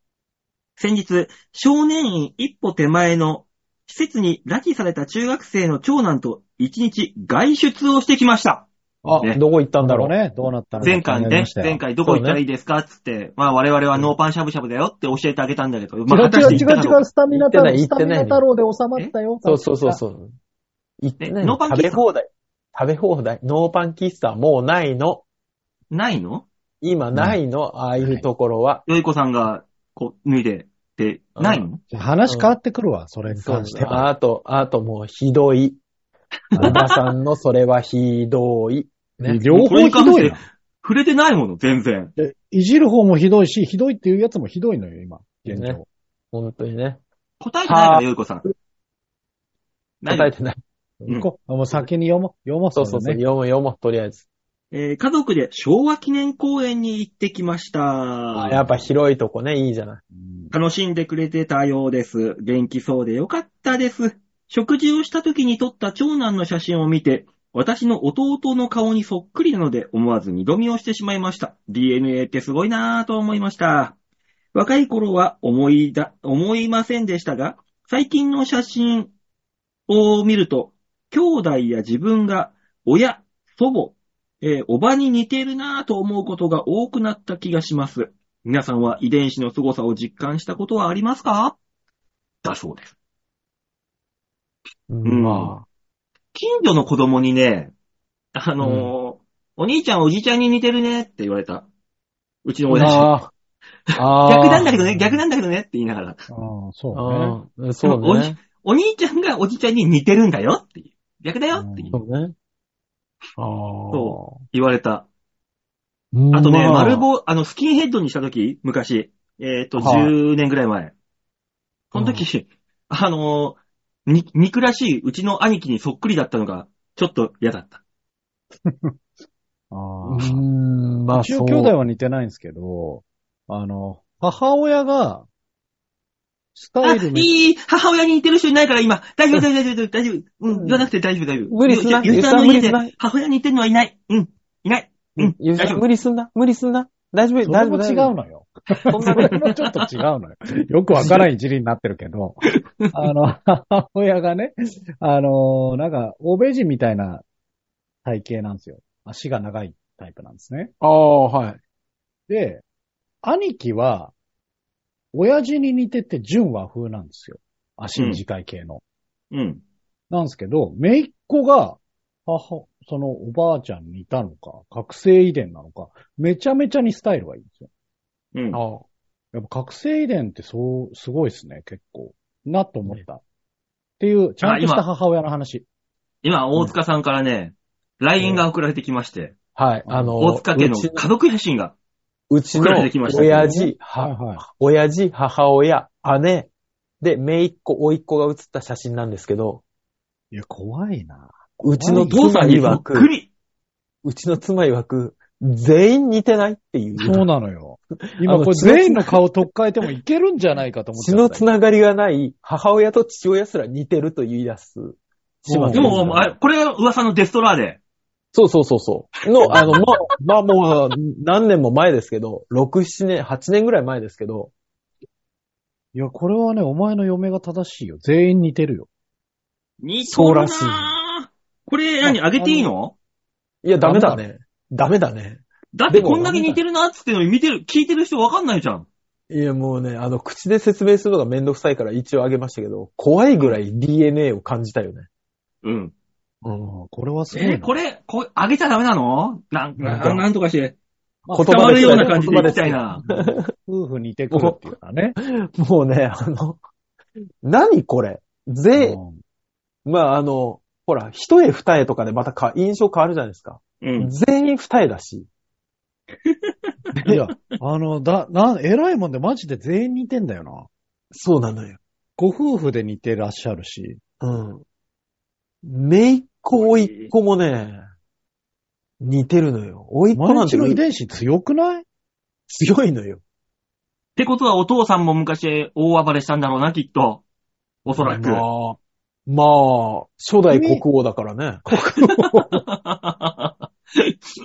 Speaker 2: 先日、少年院一歩手前の施設に拉致された中学生の長男と一日外出をしてきました。
Speaker 3: あ、
Speaker 2: ね
Speaker 3: どこ行ったんだろう。
Speaker 4: ね、どうなったのか
Speaker 2: 前回
Speaker 4: 気になり
Speaker 2: ね
Speaker 4: まし、たよ
Speaker 2: 前回どこ行ったらいいですかっつって、まあ我々はノーパンしゃぶしゃぶだよって教えてあげたんだけど、まあ
Speaker 4: 違う違う違
Speaker 2: 果たして行った
Speaker 4: う違う、スタミナ太郎、
Speaker 3: 行
Speaker 4: ス
Speaker 3: って
Speaker 4: タ
Speaker 3: ない
Speaker 4: ミナ太郎で収まったよ。
Speaker 3: そうそうそうそう。行ってない
Speaker 2: えノーパン
Speaker 3: 食
Speaker 2: 喫茶
Speaker 3: べ放題。食べ放題。ノーパン喫茶はもうないの。
Speaker 2: ないの
Speaker 3: 今ないの、ああいうところは。
Speaker 2: よいこさんが、こう、脱いで、で、
Speaker 3: うん
Speaker 2: ないの
Speaker 4: じゃあ話変わってくるわ、それに
Speaker 3: そう
Speaker 4: 関
Speaker 3: で
Speaker 4: し
Speaker 3: す
Speaker 4: て
Speaker 3: ね。
Speaker 4: は。
Speaker 3: あと、あともうひどい。小田さんのそれはひどい。
Speaker 4: ね両方ひど
Speaker 2: それ
Speaker 4: い
Speaker 2: に関して
Speaker 4: な。
Speaker 2: 触れてないもの、全然。
Speaker 4: でいじる方もひどいし、ひどいっていうやつもひどいのよ、今。現状。
Speaker 3: ね本当にね。
Speaker 2: 答えてないから、よいこさん。ない
Speaker 3: 答えてない。
Speaker 2: うん
Speaker 4: 行こう。もう先に読もう。読もう、
Speaker 3: そうそうそう。
Speaker 4: れね。
Speaker 3: 読む読もう、とりあえず。
Speaker 2: えー家族で昭和記念公園に行ってきました。
Speaker 3: あやっぱ広いとこね、いいじゃない。
Speaker 4: うん
Speaker 2: 楽しんでくれてたようです。元気そうでよかったです。食事をした時に撮った長男の写真を見て、私の弟の顔にそっくりなので思わず二度見をしてしまいました。DNA ってすごいなぁと思いました。若い頃は思いだ、思いませんでしたが、最近の写真を見ると、兄弟や自分が親、祖母、えーおばに似てるなぁと思うことが多くなった気がします。皆さんは遺伝子の凄さを実感したことはありますかだそうです。ん
Speaker 3: まあ。
Speaker 2: 近所の子供にね、あのーお兄ちゃんおじいちゃんに似てるねって言われた。うちの親父。
Speaker 3: あーあ ー。
Speaker 2: 逆なんだけどね、逆なんだけどねって言いながら。
Speaker 4: ああ、そうね。
Speaker 3: うんそう
Speaker 2: おじ
Speaker 3: ね。
Speaker 2: お兄ちゃんがおじいちゃんに似てるんだよっていう。逆だよって
Speaker 4: うん
Speaker 3: そうね。ああ。
Speaker 2: そ言われた。
Speaker 3: うん
Speaker 2: あとね、
Speaker 3: ま
Speaker 2: 丸棒、あの、スキンヘッドにした時、昔。えっ、と、
Speaker 3: はい
Speaker 2: 10年ぐらい前。その時、 あのー、に、肉らしい、うちの兄貴にそっくりだったのが、ちょっと嫌だ った。
Speaker 4: あ
Speaker 3: う
Speaker 4: あ
Speaker 3: ーん、まあ、
Speaker 4: うちの
Speaker 3: そう。
Speaker 4: 兄弟は似てないんですけど、あの、母親が、ス
Speaker 2: あ、
Speaker 4: タイルに、
Speaker 2: いい、母親に似てる人いないから今、大丈夫、大丈夫、大丈夫、大丈 夫。うん、言わなくて大丈夫、大丈夫。
Speaker 3: 無理すな
Speaker 2: ゆゆうさんの家
Speaker 3: ゆう
Speaker 2: で
Speaker 3: さん無理すな、
Speaker 2: 母親に似てるのはいない。うん、いない。うん、
Speaker 3: ゆう
Speaker 2: 大
Speaker 3: さ
Speaker 2: 丈
Speaker 3: ん
Speaker 2: 夫。
Speaker 3: 無理すんな、無理すんな。大丈夫、
Speaker 4: それ
Speaker 3: 大丈
Speaker 4: も
Speaker 3: 夫。
Speaker 4: 違う
Speaker 3: 大丈夫
Speaker 4: のよ。
Speaker 3: そん
Speaker 4: そ
Speaker 3: な
Speaker 4: れもちょっと違うのよ。よくわからんいじりになってるけど、あの、母親がね、あの、なんか、欧米人みたいな体型なんですよ。足が長いタイプなんですね。
Speaker 3: ああ、はい。
Speaker 4: で、兄貴は、親父に似てて純和風なんですよ。足短い系の。
Speaker 2: うん。
Speaker 4: なんですけど、姪っ子が、母、そのおばあちゃんに似たのか、覚醒遺伝なのか、めちゃめちゃにスタイルがいいんですよ。
Speaker 2: うん。
Speaker 3: ああ。
Speaker 4: やっぱ覚醒遺伝ってそう、すごいですね、結構。なと思った。っていう、ちゃんとした
Speaker 2: 今
Speaker 4: 母親の話。
Speaker 2: 今、大塚さんからね、LINE が送られてきまして、
Speaker 3: はい、あの、
Speaker 2: 大塚家の
Speaker 3: うち
Speaker 2: 家族写真が。
Speaker 3: うち
Speaker 2: 送ら
Speaker 3: の
Speaker 2: れてきましたけどね
Speaker 3: 親父、
Speaker 4: はい
Speaker 3: は、
Speaker 4: はい。
Speaker 3: 親父、母親、姉、で、姪っ子、甥っ子が写った写真なんですけど、
Speaker 4: いや、怖いな。
Speaker 3: うちの
Speaker 2: お父さ
Speaker 3: 妻
Speaker 2: んにそ
Speaker 3: 曰
Speaker 2: っく
Speaker 3: く、
Speaker 2: り。
Speaker 3: うちの妻曰く、全員似てないっていう。
Speaker 4: そうなの よ。今、
Speaker 3: あの
Speaker 4: これ
Speaker 3: 血のつな
Speaker 4: 全員の顔取っ替えてもいけるんじゃないかと思って
Speaker 3: 血のつながりがない母親と父親すら似てると言い出す。
Speaker 4: うん
Speaker 2: でも、あこれ、噂のデストラーで。
Speaker 3: そうそうそうそう。の、あの、ま、まあもう、何年も前ですけど、6、7年、8年ぐらい前ですけど、
Speaker 4: いや、これはね、お前の嫁が正しいよ。全員似てるよ。
Speaker 2: 似て
Speaker 3: そう
Speaker 2: る
Speaker 3: らしい
Speaker 2: なぁこれ、何、あげていいの
Speaker 3: いや、ダメだね。ダメだね。
Speaker 2: だって
Speaker 3: でも
Speaker 2: こんだけ似てるなっつってのに見てる、聞いてる人わかんないじゃん。
Speaker 3: いや、もうね、あの、口で説明するのがめんどくさいから一応あげましたけど、怖いぐらい DNA を感じたよね。
Speaker 2: うん。
Speaker 4: うん、これはすごいな。
Speaker 2: えーこれ、これ、あげちゃダメなのなん、
Speaker 3: な
Speaker 2: な
Speaker 3: んか
Speaker 2: なんとかして。
Speaker 4: まあ
Speaker 3: 言
Speaker 2: 捕
Speaker 3: 葉
Speaker 2: ま
Speaker 3: で
Speaker 2: る
Speaker 3: す
Speaker 2: よ
Speaker 3: よ
Speaker 2: う
Speaker 3: ね
Speaker 2: な感じでいきたいな。
Speaker 4: 夫婦似てくるっていうかね。
Speaker 3: もうね、あの、何これ
Speaker 4: う
Speaker 3: ぜ、
Speaker 4: ん
Speaker 3: まあ、あの、ほら、一重二重とかでまたか印象変わるじゃないですか。
Speaker 2: うん。
Speaker 3: 全員二重だし。
Speaker 4: いや、あの、だ、な、偉いもんでマジで全員似てんだよな。
Speaker 3: そうなのよ。
Speaker 4: ご夫婦で似てらっしゃるし。
Speaker 3: うん。めいっ子、おいっ子もね、似てるのよ。おいっ子
Speaker 4: 毎
Speaker 3: なんて
Speaker 4: 日の遺伝子強くない
Speaker 3: 強いのよ。
Speaker 2: ってことはお父さんも昔大暴れしたんだろうな、きっと。おそらく。
Speaker 3: まあ、まあ、初代国王だからね。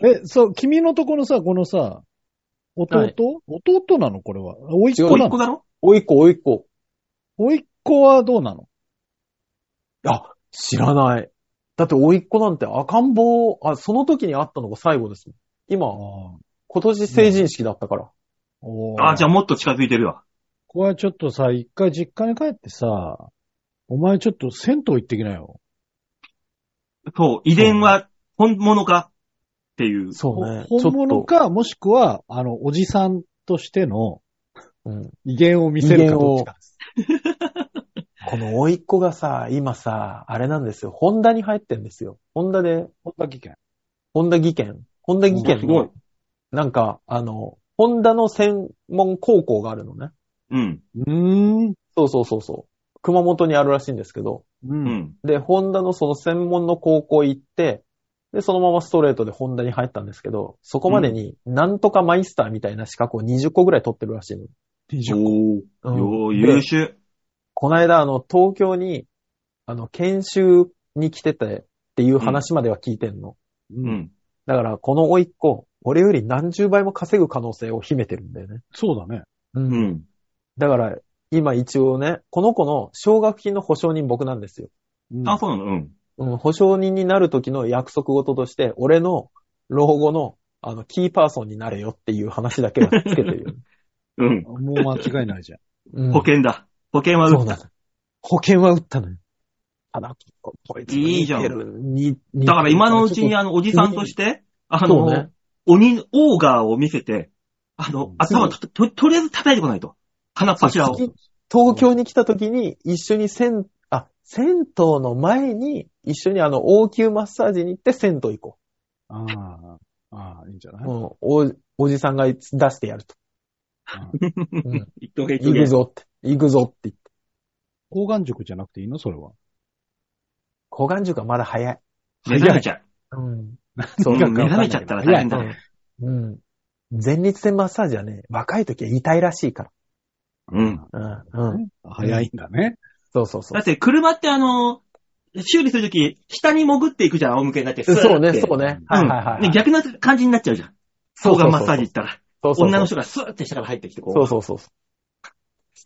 Speaker 4: え、そう、君のとこのさ、このさ、弟、
Speaker 2: はい
Speaker 4: 弟なのこれは。おいっ
Speaker 3: 違
Speaker 4: 子
Speaker 2: おい
Speaker 4: な
Speaker 2: っ子
Speaker 4: の
Speaker 2: だろ
Speaker 3: おいっ子、おいっ子。
Speaker 4: おいっ子はどうなの
Speaker 3: あ、知らない。だって、おいっ子なんて赤ん坊、あ、その時に会ったのが最後ですもん。今、今年成人式だったから。
Speaker 4: おー
Speaker 2: ああ、じゃあもっと近づいてるわ。
Speaker 4: ここはちょっとさ、一回実家に帰ってさ、お前ちょっと銭湯行ってきなよ。
Speaker 2: そう、遺伝は本物か。っていう。
Speaker 3: そうね。
Speaker 4: ほ
Speaker 3: ちょ
Speaker 4: 本
Speaker 3: っ
Speaker 4: 物
Speaker 3: と、
Speaker 4: か、もしくは、あの、おじさんとしての
Speaker 3: うん
Speaker 4: 威厳を見せるかどっちかです。
Speaker 3: この甥っ子がさ、今さ、あれなんですよ。ホンダに入ってんですよ。ホンダで、
Speaker 4: 本田技研。
Speaker 3: ホンダ技研。ホンダ技
Speaker 2: す
Speaker 3: 研
Speaker 2: ごい
Speaker 3: の、。なんか、あの、ホンダの専門高校があるのね。
Speaker 2: うん。
Speaker 4: うーん。
Speaker 3: そうそうそうそう。熊本にあるらしいんですけど。
Speaker 4: う。
Speaker 2: うんん。
Speaker 3: で、ホンダのその専門の高校行って、で、そのままストレートでホンダに入ったんですけど、そこまでになんとかマイスターみたいな資格を20個ぐらい取ってるらしいの。
Speaker 2: おーよ
Speaker 3: う
Speaker 2: ー
Speaker 3: ん
Speaker 2: 優秀。
Speaker 3: この間、あの、東京に、あの、研修に来ててっていう話までは聞いてんの。
Speaker 4: う。
Speaker 2: うんん。
Speaker 3: だから、この甥っ子、俺より何十倍も稼ぐ可能性を秘めてるんだよね。
Speaker 4: そうだね。
Speaker 3: う
Speaker 2: う。ん。
Speaker 3: だから、今一応ね、この子の奨学金の保証人僕なんですよ。
Speaker 4: うん
Speaker 2: あ、そうなのうん。
Speaker 3: うん、保証人になる時の約束事として、俺の老後の、あの、キーパーソンになれよっていう話だけはつけ てる。
Speaker 2: うん。
Speaker 4: もう間違いないじゃん。
Speaker 3: うん
Speaker 2: 保険だ。保険は
Speaker 3: そ
Speaker 2: 打
Speaker 3: う
Speaker 2: っ
Speaker 3: な
Speaker 2: た。
Speaker 3: の。 保険は打ったのよ。ただ、ここいつも似てる
Speaker 2: いいじゃん
Speaker 3: にに
Speaker 2: だから今のうちに
Speaker 3: ちょっ
Speaker 2: あの、おじさんとして、あ
Speaker 3: そう
Speaker 2: の
Speaker 3: ね、
Speaker 2: 鬼、オーガーを見せて、あの、頭た、と、とりあえず叩いてこないと。鼻っ柱を。
Speaker 3: そうと東京に来た時に一緒に銭、あ、銭湯の前に一緒にあの、応急マッサージに行って銭湯行こ
Speaker 4: ああ、ああ、いいんじゃな
Speaker 3: う。
Speaker 4: い、
Speaker 3: うん、お、おじさんが出してやると。うん
Speaker 2: 言っとけ言っと
Speaker 3: 行く
Speaker 2: け。
Speaker 3: ぞって、行くぞって言って。
Speaker 4: 抗がん塾じゃなくていいのそれは。
Speaker 3: 抗がん塾はまだ早い。
Speaker 2: 目覚めちゃう。
Speaker 3: うん。
Speaker 2: う
Speaker 3: そ
Speaker 2: ん
Speaker 3: う。
Speaker 2: 目覚めちゃったら大変だ。
Speaker 3: うん。前立腺マッサージはね、若い時は痛いらしいか
Speaker 2: うん。
Speaker 3: ら。うん。うん。
Speaker 4: 早いんだね。
Speaker 3: そうそうそ
Speaker 2: だ
Speaker 3: う
Speaker 2: っ。て車ってあの、修理するとき、下に潜っていくじゃん、仰向けになって。スーッて
Speaker 3: そうね、そうね。はいはいはいは
Speaker 2: ね
Speaker 3: い。
Speaker 2: 逆な感じになっちゃうじゃん。そ
Speaker 3: そ
Speaker 2: う
Speaker 3: そうそう
Speaker 2: がマッサージ行ったら、
Speaker 3: そうそうそう
Speaker 2: 女の人がスーって下から入ってきて、こう。
Speaker 3: そうそうそうそ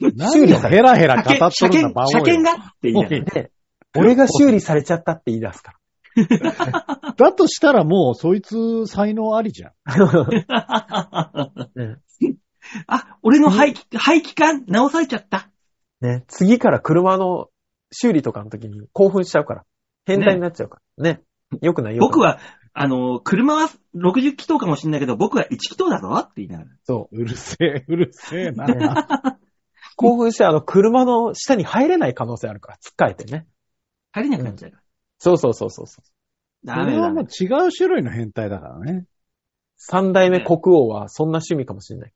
Speaker 4: 何をヘラヘラ語っと
Speaker 2: 車
Speaker 4: るんだ、
Speaker 2: 検、
Speaker 4: 馬王
Speaker 2: 車
Speaker 4: よ
Speaker 2: 検がって言いながら
Speaker 3: う。で、俺が修理されちゃったって言い出すか
Speaker 4: だとしたらもう、そいつ才能ありじゃん。
Speaker 3: ら。ね
Speaker 2: あ、俺の排気、排気管直されちゃった。
Speaker 3: ね、次から車の修理とかの時に興奮しちゃうから。変態になっちゃうから。ね。よくないよ。
Speaker 2: 僕
Speaker 3: は。
Speaker 2: は、あの、車は60気筒かもしれないけど、僕は1気筒だぞって言いながら。
Speaker 3: そう
Speaker 4: るせえ、うるせえ な。
Speaker 3: ね興奮して、あの、車の下に入れない可能性あるから、つっかえてね。
Speaker 2: 入れなくなっちゃうか
Speaker 3: そうそうそうそうそう。
Speaker 2: ら。
Speaker 4: そ
Speaker 2: ダメ
Speaker 4: れは
Speaker 2: だ
Speaker 4: も
Speaker 2: ね
Speaker 4: う。違う種類の変態だからね。
Speaker 3: 三代目国王はそんな趣味かもしれない。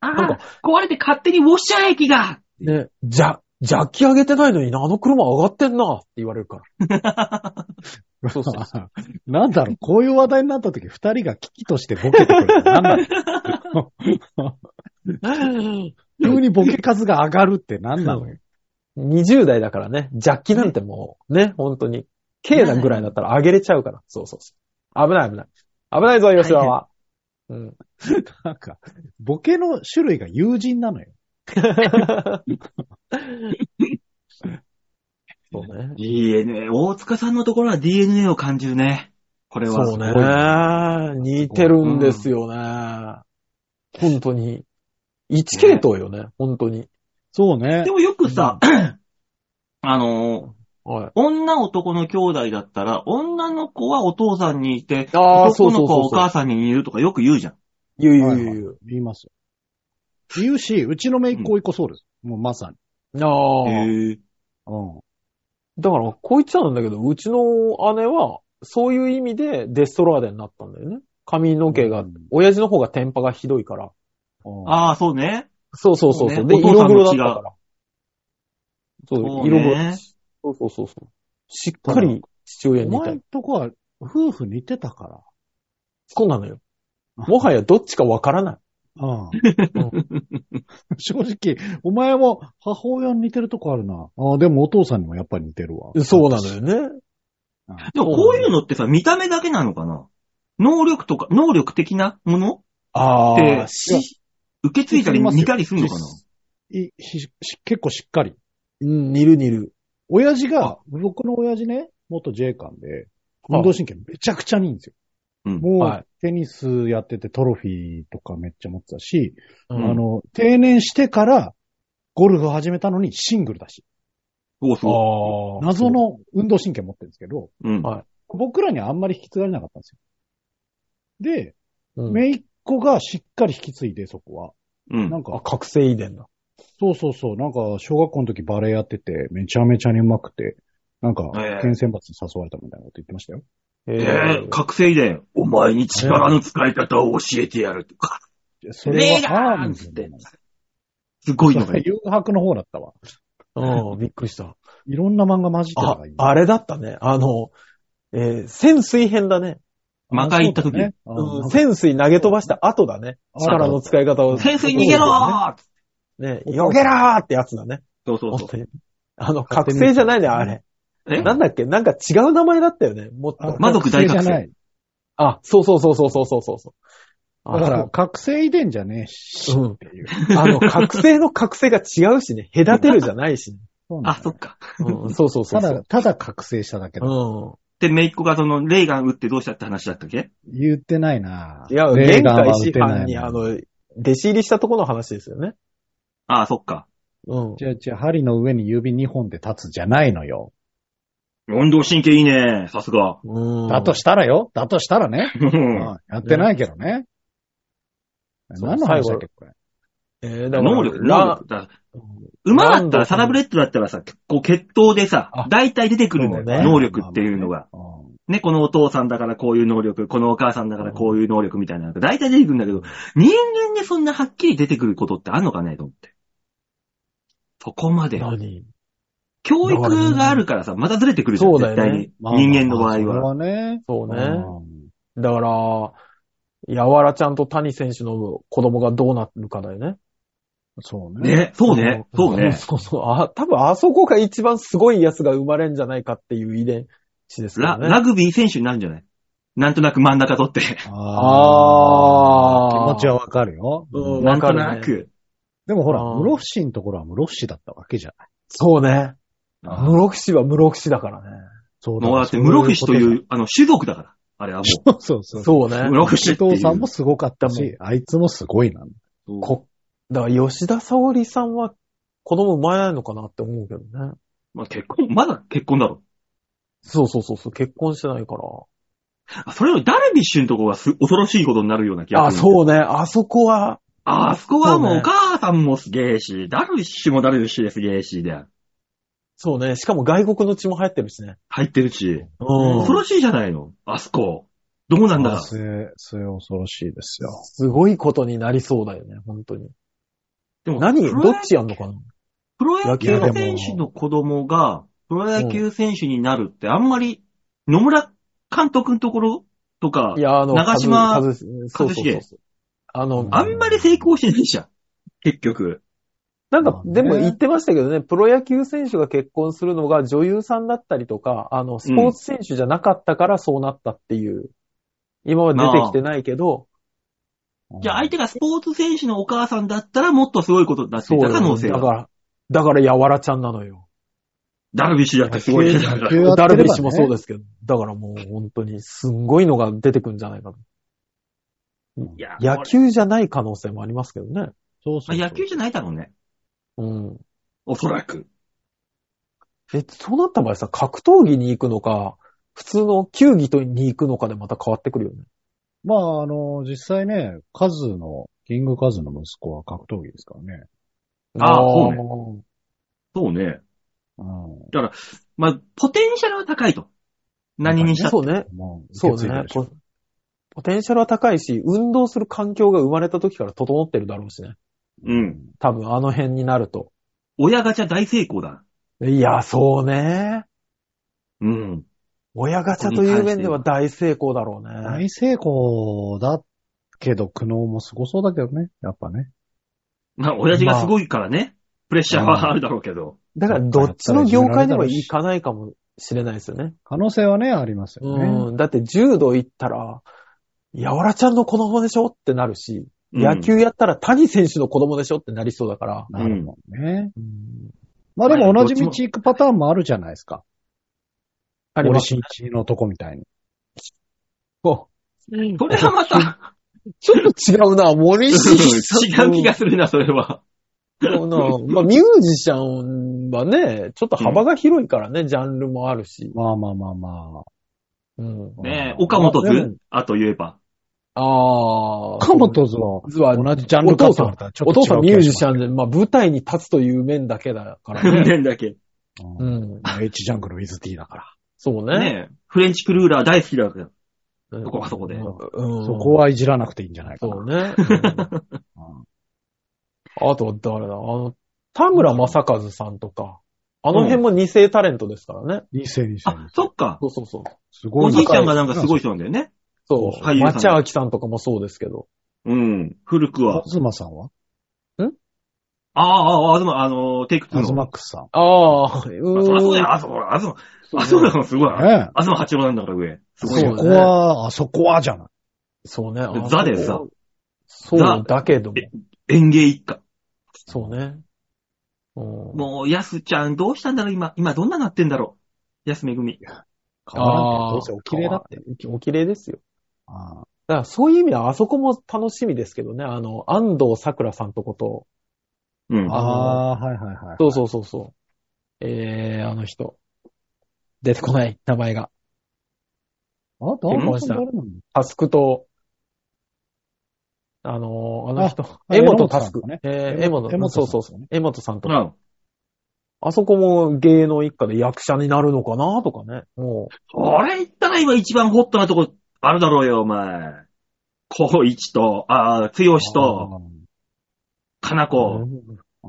Speaker 2: あ
Speaker 3: なん
Speaker 2: あ、壊れて勝手にウォッシャー液が
Speaker 3: ね、じゃ、ジャッキ上げてないのにあの車上がってんなって言われるから。そうそう
Speaker 4: なんだろう、こういう話題になった時、二人が危機としてボケてくるの。なんだ ろう急にボケ数が上がるって何なのよ。
Speaker 3: 20代だからね、ジャッキなんてもう、ね、本当に、軽なぐらいだったら上げれちゃうから。そうそうそう。危ない危ない。危ないぞ、吉田は。うん。
Speaker 4: なんか、ボケの種類が友人なのよ。
Speaker 3: そうね。
Speaker 2: DNA、大塚さんのところは DNA を感じるね。これは。
Speaker 3: そうね。似てるんですよね。本当に。1系統よね、本当に。
Speaker 4: そうね
Speaker 2: で。もよくさ、 あの、
Speaker 3: はい。
Speaker 2: 女男の兄弟だったら、女の子はお父さんにいて、
Speaker 3: ああ、そ
Speaker 2: 男の
Speaker 3: うそう
Speaker 2: 子は
Speaker 3: そう
Speaker 2: お
Speaker 3: そう。
Speaker 2: 母さんに似るとかよく言うじゃん。
Speaker 3: 言う言う
Speaker 4: は
Speaker 3: 言。
Speaker 4: いう言いますよ。言うし、うちの姪っ子一個そうです。もうまさに。
Speaker 3: ああ。
Speaker 2: へえ
Speaker 4: うん。
Speaker 3: だから、こう言っちゃうんだけど、うちの姉は、そういう意味でデストローデになったんだよね。髪の毛が、
Speaker 4: うん
Speaker 3: 親父の方がテンパがひどいから。
Speaker 4: あ
Speaker 2: ああ、そうね。
Speaker 3: そうそうそう
Speaker 2: そ
Speaker 3: そうう。
Speaker 2: ね
Speaker 3: で、
Speaker 2: お父さ
Speaker 3: 色
Speaker 2: んの
Speaker 3: 黒
Speaker 2: 血
Speaker 3: だ
Speaker 2: が
Speaker 3: ったから。そう、
Speaker 2: そう
Speaker 3: 色
Speaker 2: ね
Speaker 3: 黒。そうそうそうそう。しっかり父親
Speaker 4: お
Speaker 3: に似た
Speaker 4: 前
Speaker 3: い
Speaker 4: ん。とこは夫婦似てたか
Speaker 3: そうなのよ。もはやどっちかわからない。
Speaker 4: ら。うん。 正直、お前も母親に似てるとこあるな。ああ、でもお父さんにもやっぱり似てるわ。
Speaker 3: そうなのよね。
Speaker 2: でもこういうのってさ、見た目だけなのかな能力とか、能力的なもの
Speaker 3: あ
Speaker 2: って
Speaker 3: あ、、
Speaker 2: し受け継いだり
Speaker 4: いや
Speaker 2: 似たりするのかない
Speaker 4: しし結構しっかり。
Speaker 3: うん、似る似る。
Speaker 4: 親父が、僕の親父ね、元自衛官で、運動神経めちゃくちゃいいんですよ。
Speaker 2: うん
Speaker 4: もう、
Speaker 3: はい
Speaker 4: テニスやっててトロフィーとかめっちゃ持ってたし、
Speaker 3: うん
Speaker 4: あの、定年してからゴルフ始めたのにシングルだし、
Speaker 2: そうそ
Speaker 3: ああ。
Speaker 4: 謎。の運動神経持ってるんですけど、
Speaker 2: う。うん。
Speaker 3: あ
Speaker 4: 僕らにはあんまり引き継がれなかったんですよ。で、
Speaker 3: うん
Speaker 4: めいっ子がしっかり引き継いで、そこは。
Speaker 2: うん
Speaker 4: な。んか
Speaker 3: あ、、覚醒遺伝だ。
Speaker 4: そうそうそう、なんか、小学校の時バレエやってて、めちゃめちゃに上手くて、なんか、
Speaker 2: ええ
Speaker 4: 県選抜に誘われたみたいなこと言ってましたよ。
Speaker 2: え
Speaker 3: へ
Speaker 2: ー、覚醒遺伝、お前に力の使い方を教えてやるとか、
Speaker 4: それ
Speaker 2: レ
Speaker 4: は
Speaker 2: ーガーン
Speaker 4: アーミ
Speaker 2: っつっ
Speaker 4: ー
Speaker 2: て
Speaker 4: じゃない
Speaker 2: すごいのがいい。
Speaker 4: 誘白の方だったわ。
Speaker 3: うん、びっくりした。
Speaker 4: いろんな漫画混じってた
Speaker 3: あ
Speaker 4: から、今
Speaker 3: あれだったね。あの、えー潜水編だね。
Speaker 2: 魔界行った時に、
Speaker 4: あ
Speaker 3: う
Speaker 4: そ
Speaker 3: ん、
Speaker 4: うだね
Speaker 3: 潜水投げ飛ばした後だね。
Speaker 4: あ
Speaker 3: 力の使い方を。
Speaker 2: 潜水逃げろー
Speaker 3: ね、よけらーってやつだね。
Speaker 2: そうそうそ
Speaker 3: 本
Speaker 2: う。
Speaker 3: 当に。あの、覚醒じゃないね、あれ。
Speaker 2: え
Speaker 3: なんだっけなんか違う名前だったよね。もっ
Speaker 4: あ
Speaker 3: と。
Speaker 2: 魔族大覚醒
Speaker 4: じゃない
Speaker 3: あ、そうそうそうそうそうそうそうそう。あ
Speaker 4: だから、、覚醒遺伝じゃねえし、
Speaker 3: うん
Speaker 4: っていう。
Speaker 3: あの、覚醒の覚醒が違うしね。隔てるじゃないしね。
Speaker 4: そうなん
Speaker 2: あ、
Speaker 4: だ
Speaker 2: そっか。
Speaker 3: うん、そうそうそう
Speaker 4: た
Speaker 3: そ
Speaker 4: だ
Speaker 3: う。、
Speaker 4: ただ覚醒しただけだ。
Speaker 3: うん。
Speaker 2: で、めいっ子がその、レーガン撃ってどうしたって話だったっけ
Speaker 4: 言ってないない
Speaker 3: や、
Speaker 4: レ
Speaker 3: 玄
Speaker 4: ーガン
Speaker 3: 界
Speaker 4: は
Speaker 3: 師
Speaker 4: 撃て
Speaker 3: 範
Speaker 4: ない
Speaker 3: に、あの、弟子入りしたとこの話ですよね。
Speaker 2: ああ、そっか。
Speaker 3: うん。
Speaker 4: じゃあ、じゃあ、針の上に指2本で立つじゃないのよ。
Speaker 2: 運動神経いいね。さすが。
Speaker 3: うん。
Speaker 4: だとしたらよ。だとしたらね。
Speaker 2: うん
Speaker 4: うんやってないけどね。
Speaker 3: そう
Speaker 4: 何の話だっけ、これ。
Speaker 3: えー、だから
Speaker 2: 能力、能
Speaker 3: ラ
Speaker 2: 力。だ馬だ
Speaker 3: ラン
Speaker 2: っ
Speaker 3: ド
Speaker 2: た
Speaker 3: さん
Speaker 2: ら、サラブレッドだったらさ、こう血統でさ
Speaker 3: あ、
Speaker 2: 大体出てくるんだよ、
Speaker 3: そうね
Speaker 2: 能力っていうのが。
Speaker 4: うん
Speaker 2: ね、このお父さんだからこういう能力、このお母さんだからこういう能力みたいなのが大体出てくるんだけど、人間でそんなはっきり出てくることってあんのかねと思って。そこまで。
Speaker 3: 何
Speaker 2: 教育があるからさ、またずれてくるじゃん、
Speaker 3: そうだ
Speaker 2: 絶
Speaker 3: よ
Speaker 2: 対
Speaker 3: ね
Speaker 2: に。人間の場
Speaker 4: まあ
Speaker 2: 合
Speaker 4: ま
Speaker 2: は。
Speaker 4: あそれはね。
Speaker 3: そうね。
Speaker 4: うん
Speaker 3: だから、やわらちゃんと谷選手の子供がどうなるかだよね。
Speaker 4: そうね。
Speaker 2: ね、そうね、そうね。
Speaker 3: そうそう。あ、多分あそこが一番すごいやつが生まれんじゃないかっていう遺伝子ですか
Speaker 2: ラ
Speaker 3: らね。
Speaker 2: ラグビー選手になるんじゃないなんとなく真ん中取って。
Speaker 4: あ
Speaker 3: あ
Speaker 4: 気
Speaker 3: ー
Speaker 4: 持ちはわかるよ。
Speaker 3: うん
Speaker 2: な
Speaker 3: わ
Speaker 2: ん
Speaker 3: か
Speaker 2: と
Speaker 3: るね
Speaker 2: なく。
Speaker 4: でもほら、
Speaker 3: あー
Speaker 4: 室伏のところは室伏だったわけじゃない。
Speaker 3: そうね。
Speaker 2: あ
Speaker 3: 室伏は室伏だからね。
Speaker 4: そう。
Speaker 2: もうだって、室伏というう、あの、種族だから。あれはもう。
Speaker 4: そうそうそう。
Speaker 3: そうね。
Speaker 2: 室伏
Speaker 4: お
Speaker 2: っていう。
Speaker 4: 父さんもすごかった
Speaker 3: だも
Speaker 4: し、あいつもすごいな。
Speaker 2: そう
Speaker 3: こ、だから吉田沙織さんは子供生まれないのかなって思うけどね。
Speaker 2: まあ、結婚、まだ結婚だろ。
Speaker 3: そうそうそうそう、結婚してないから。
Speaker 2: あそれよりダルビッシュのとこがす恐ろしいことになるような気が
Speaker 3: あ、
Speaker 2: するんだけど。
Speaker 3: そうね。あそこは、
Speaker 2: あ、あそこはもう
Speaker 3: そうね
Speaker 2: お母さんもすげえし、ダルビッシュもダルビッシュですげえし、で、
Speaker 3: そうね。しかも外国の血も入ってるしね。
Speaker 2: 入ってるし。
Speaker 3: うん。
Speaker 2: 恐ろしいじゃないの。あそこ。どうなんだ
Speaker 4: あそれ、それ恐ろしいですよ。
Speaker 3: すごいことになりそうだよね、本当に。
Speaker 2: でも
Speaker 3: 何
Speaker 2: プロ
Speaker 3: ど
Speaker 2: 野
Speaker 3: っちやんのかな
Speaker 2: プロ野球
Speaker 4: いやでも
Speaker 2: 選手の子供が、プロ野球選手になるってあんまり、野村監督のところとか
Speaker 3: い、や、あの、
Speaker 2: 長嶋
Speaker 3: 和ずそうそうそう
Speaker 2: 一
Speaker 3: そう。あの、
Speaker 2: あんまり成功してないじゃん。結局。
Speaker 3: なん
Speaker 4: ま
Speaker 3: か
Speaker 4: あ、ね
Speaker 3: でも言ってましたけどね、プロ野球選手が結婚するのが女優さんだったりとか、あの、スポーツ選手じゃなかったからそうなったっていう。今は出てきてないけど、
Speaker 2: じゃあ相手がスポーツ選手のお母さんだったらもっとすごいことになっていた可能性
Speaker 3: だ
Speaker 2: が。
Speaker 3: から、だから、やわらちゃんなのよ。
Speaker 2: ダルビッシュだってすごいじゃん
Speaker 4: 野球やってればね
Speaker 3: ダルビッシュもそうですけど、だからもう本当にすんごいのが出てくるんじゃないかと。
Speaker 2: いや
Speaker 3: 野球じゃない可能性もありますけどね。
Speaker 4: そうそうそう。
Speaker 2: まあ野球じゃないだろうね。
Speaker 3: うん。
Speaker 2: おそらく。
Speaker 3: え、そうなった場合さ、格闘技に行くのか、普通の球技とに行くのかでまた変わってくるよね。
Speaker 4: まあ、あの、実際ね、カズの、キングカズの息子は格闘技ですからね。
Speaker 2: あーそうね
Speaker 3: ね。
Speaker 2: そうね。
Speaker 4: うん。
Speaker 2: まあ、ポテンシャルは高いと。何にしたって
Speaker 3: そうね。
Speaker 4: もう、
Speaker 3: そう
Speaker 4: 受け継いで
Speaker 3: ね
Speaker 4: るで。しょ
Speaker 3: ポポテンシャルは高いし、運動する環境が生まれた時から整ってるだろうしね。
Speaker 2: うん。
Speaker 3: 多分あの辺になると。
Speaker 2: 親ガチャ大成功だ。
Speaker 3: いや、そうね。
Speaker 2: うん。
Speaker 3: 親ガチャという面では大成功だろうね。
Speaker 4: 大成功だけど、苦悩もすごそうだけどね。やっぱね。
Speaker 2: まあ、親父がすごいからね。プレッシャーはあるだろうけど。
Speaker 3: だからどっちの業界でも行かないかもしれないですよね。
Speaker 4: 可能性はね、ありますよね。
Speaker 3: うん。だって柔道行ったら、やわらちゃんの子供でしょってなるし、
Speaker 2: うん
Speaker 3: 野球やったら谷選手の子供でしょってなりそうだから。
Speaker 4: なるもんね。
Speaker 3: うん。
Speaker 4: まあでも同じ道
Speaker 2: まあどっち
Speaker 4: 行くパターンもあるじゃないですか。
Speaker 3: ありま
Speaker 4: 森
Speaker 3: す
Speaker 4: 進一のとこみたいに。
Speaker 3: お
Speaker 2: それはまた、
Speaker 3: ちょっと違うな、森進一
Speaker 2: 違う気がするな、それは。
Speaker 3: そうな。まあ、ミュージシャンはね、ちょっと幅が広いからね、ジャンルもあるし。
Speaker 4: まあまあまあまあ。
Speaker 3: うん。
Speaker 2: ねえ、
Speaker 4: うん
Speaker 2: 岡本
Speaker 4: でも
Speaker 2: くんあと言えば。
Speaker 3: ああ。
Speaker 4: 鎌田図は
Speaker 3: 実は
Speaker 4: 同じジャンルかと思ったらちょっ
Speaker 3: お
Speaker 4: と
Speaker 3: 父
Speaker 4: 違
Speaker 3: さん
Speaker 4: う
Speaker 3: ミ
Speaker 4: 気
Speaker 3: ュー
Speaker 4: が
Speaker 3: ジ
Speaker 4: し
Speaker 3: シャンで、まあ舞台に立つという面だけだからね。
Speaker 2: 年だけ。
Speaker 4: ます。う
Speaker 3: う
Speaker 4: ん
Speaker 3: ん。
Speaker 4: H ジャンクのウィズ T だから。
Speaker 3: そうね。
Speaker 2: ねえフレンチクルーラー大好きだわけだ。
Speaker 3: うん
Speaker 2: そこはそこで。
Speaker 3: うん。
Speaker 4: そこはいじらなくていいんじゃないか
Speaker 3: そ
Speaker 4: な。
Speaker 3: うね。あとは誰だあの、田村正和さんとか、あの辺も二世タレントですからね。
Speaker 4: いいせいいせい。
Speaker 2: あ、そっか。
Speaker 3: そうそうそう。
Speaker 4: すごい。
Speaker 2: おじいちゃんがなんかすごい人なんだよね。
Speaker 3: そう。
Speaker 2: 俳優さん
Speaker 3: 町明さんとかもそうですけど。
Speaker 2: うん。古くは
Speaker 4: あ。ずまさんは
Speaker 2: ああ、ああ、でも、あの、テイク2
Speaker 4: あ
Speaker 2: の。
Speaker 4: ずまックスさん。
Speaker 3: ああ、う
Speaker 2: まあそりゃそうだよ、
Speaker 3: ん。
Speaker 2: あそこ、あそこ、あそこだからすごい。
Speaker 4: ねえ
Speaker 2: あそこ八郎なんだから上。すごい
Speaker 4: そ
Speaker 2: よ。
Speaker 4: こは、あそこはじゃない。
Speaker 3: そうね。
Speaker 2: ザだよザ
Speaker 3: そう
Speaker 2: ザ
Speaker 3: だけども。
Speaker 2: 園芸一家。
Speaker 3: そうね。うん
Speaker 2: もう、やすちゃんどうしたんだろう今、今どんななってんだろう。やすめぐみ。
Speaker 4: 変わらんけ
Speaker 3: あー
Speaker 4: どどうせお綺麗だって。
Speaker 3: お綺麗ですよ。
Speaker 4: あ
Speaker 3: だからそういう意味ではあそこも楽しみですけどね。あの、安藤桜さんとこと、
Speaker 2: うん
Speaker 4: ー。あー、はいはいはい。
Speaker 3: そうそうそうそう。えー、あの人。出てこない、名前が。
Speaker 4: あなた、あな
Speaker 3: 結婚した
Speaker 4: 誰なの
Speaker 3: タスクと、あのー、あの人、
Speaker 4: あ
Speaker 3: 江本タスク
Speaker 4: 江本さんとかね。
Speaker 3: えー、江本、
Speaker 4: 江本さん
Speaker 3: そう
Speaker 4: とか
Speaker 3: そ
Speaker 4: ね
Speaker 3: うそう。江本さんと
Speaker 2: う
Speaker 3: か。
Speaker 2: ん。
Speaker 3: あそこも芸能一家で役者になるのかなとかね。も
Speaker 2: それ言ったら今一番ホットなとこあるだろうよ、お前。コイチと、ああ、つよしと、かな
Speaker 3: う。
Speaker 2: こ。
Speaker 4: あー。あ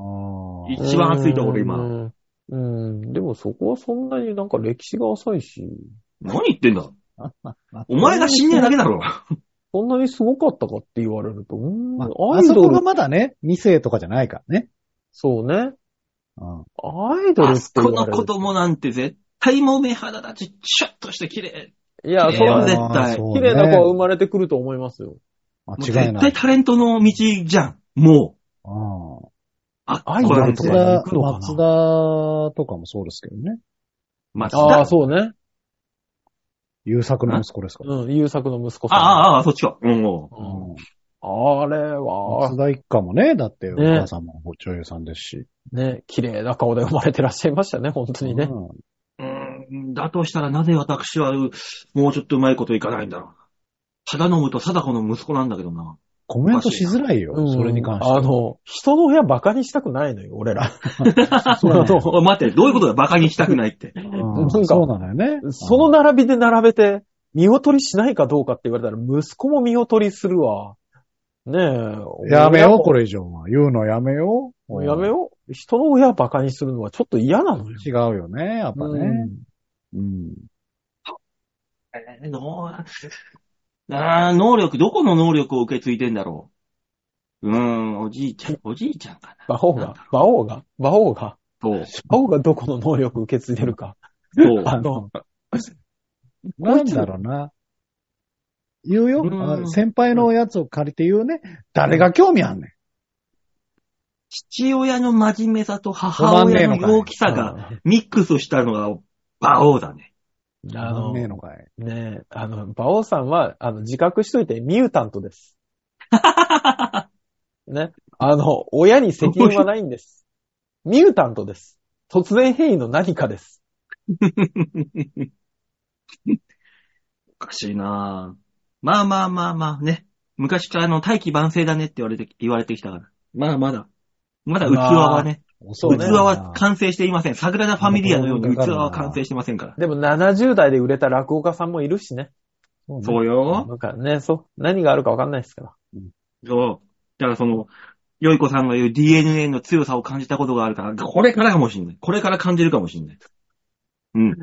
Speaker 4: ー
Speaker 2: 一番熱いところ
Speaker 3: う
Speaker 2: 今。
Speaker 3: ん。うん。でもそこはそんなになんか歴史が浅いし、
Speaker 2: 何言ってんだ
Speaker 4: あああ
Speaker 2: お前が死んでるだけだろ。
Speaker 3: そんなにすごかったかって言われると、うん、
Speaker 4: まあ、
Speaker 3: ア
Speaker 4: あ
Speaker 3: イ
Speaker 4: そ
Speaker 3: ド
Speaker 4: こが
Speaker 3: ル、
Speaker 4: まだね、2世とかじゃないからね。
Speaker 3: そうね。
Speaker 4: うん
Speaker 3: アイドル
Speaker 2: あ
Speaker 3: って
Speaker 2: そ
Speaker 3: 言
Speaker 2: この
Speaker 3: われると
Speaker 2: 子供なんて絶対もう目肌だち、シュッとして綺麗。
Speaker 3: いや、
Speaker 2: いや
Speaker 3: そ
Speaker 2: は
Speaker 3: う
Speaker 2: 絶
Speaker 3: ね。
Speaker 2: 対
Speaker 4: あーそうね
Speaker 3: 綺麗な子は生まれてくると思いますよ。
Speaker 2: もう
Speaker 4: 間違い
Speaker 2: 絶
Speaker 4: な
Speaker 2: 対
Speaker 4: い。
Speaker 2: タレントの道じゃん。もう。
Speaker 4: うん
Speaker 2: あ、
Speaker 3: アイ
Speaker 2: これ
Speaker 3: ドル
Speaker 4: 松
Speaker 3: とか
Speaker 4: 田
Speaker 3: に行くのかな
Speaker 4: 松田とかもそうですけどね。
Speaker 2: 松
Speaker 3: あ
Speaker 2: 田
Speaker 3: あ、。そうね。
Speaker 4: 優作の息子ですから。
Speaker 3: うん、優作の息子さん。あ、
Speaker 2: ああ、ああ、そっちか。うん、も
Speaker 3: うん、
Speaker 4: うん
Speaker 3: あれは
Speaker 4: 松、田一家もね、だってお
Speaker 3: ね
Speaker 4: 母さんも女優さんですし。
Speaker 3: ね、綺麗な顔で生まれてらっしゃいましたね、本当にね。
Speaker 4: うん
Speaker 2: う。うん、だとしたらなぜ私は、もうちょっとうまいこといかないんだろうな。忠信と貞子の息子なんだけどな。
Speaker 4: コメントしづらいよ、
Speaker 3: うん
Speaker 4: それに関
Speaker 3: あ
Speaker 4: して
Speaker 3: の、人の部屋バカにしたくないのよ、俺ら。
Speaker 4: は。そうなのよ
Speaker 2: おい待って、どういうことだ馬鹿にしたくないって。
Speaker 4: うん
Speaker 3: なんか
Speaker 4: そうなのよね。
Speaker 3: その並びで並べて、見劣りしないかどうかって言われたら、息子も見劣りするわ。ね
Speaker 4: う
Speaker 3: え。
Speaker 4: んやめよう、こ
Speaker 3: れ。
Speaker 4: れ以上は。言うのやめよう。
Speaker 3: やめよう。人の親バカにするのはちょっと嫌なのよ。
Speaker 4: 違うよね、やっぱ
Speaker 3: うん
Speaker 4: ね。うん。
Speaker 2: えー能ああ、能力、どこの能力を受け継いでんだろう。うーん、おじいちゃん、おじいちゃんかな。
Speaker 3: 馬王が、馬王が、馬王が、
Speaker 2: そう。
Speaker 3: 馬王がどこの能力受け継いでるか。
Speaker 2: そう。
Speaker 3: あの、
Speaker 4: なんだろうな。言うよ。
Speaker 2: うん
Speaker 4: あ先輩のやつを借りて言うね。誰が興味あんねん。
Speaker 2: 父親の真面目さと母親の陽気さがミックスしたのが、馬王だね。
Speaker 3: あ
Speaker 4: なん
Speaker 3: の、
Speaker 4: ねえ
Speaker 3: ね
Speaker 4: のかい。
Speaker 3: え、あの、馬王さんは、あの、自覚しといて、ミュータント です。ね。あの、親に責任はないん です。ミュータントです。突然変異の何かです。
Speaker 2: おかしいなぁ。まあまあまあまあね。昔からあの、大器晩成だねって言われて、言われてきたから。まあまだ。まだ器はね、
Speaker 3: そうね
Speaker 2: 器は完成していません。桜田ファミリアのように器は完成してませんから。
Speaker 3: でも70代で売れた落語家さんもいるしね。
Speaker 4: そうね
Speaker 2: そうよ。
Speaker 3: なんかね、そう、何があるかわかんないですから。
Speaker 2: そう。だからその、よいこさんが言う DNA の強さを感じたことがあるから、これからかもしんない。これから感じるかもしんない。うん。引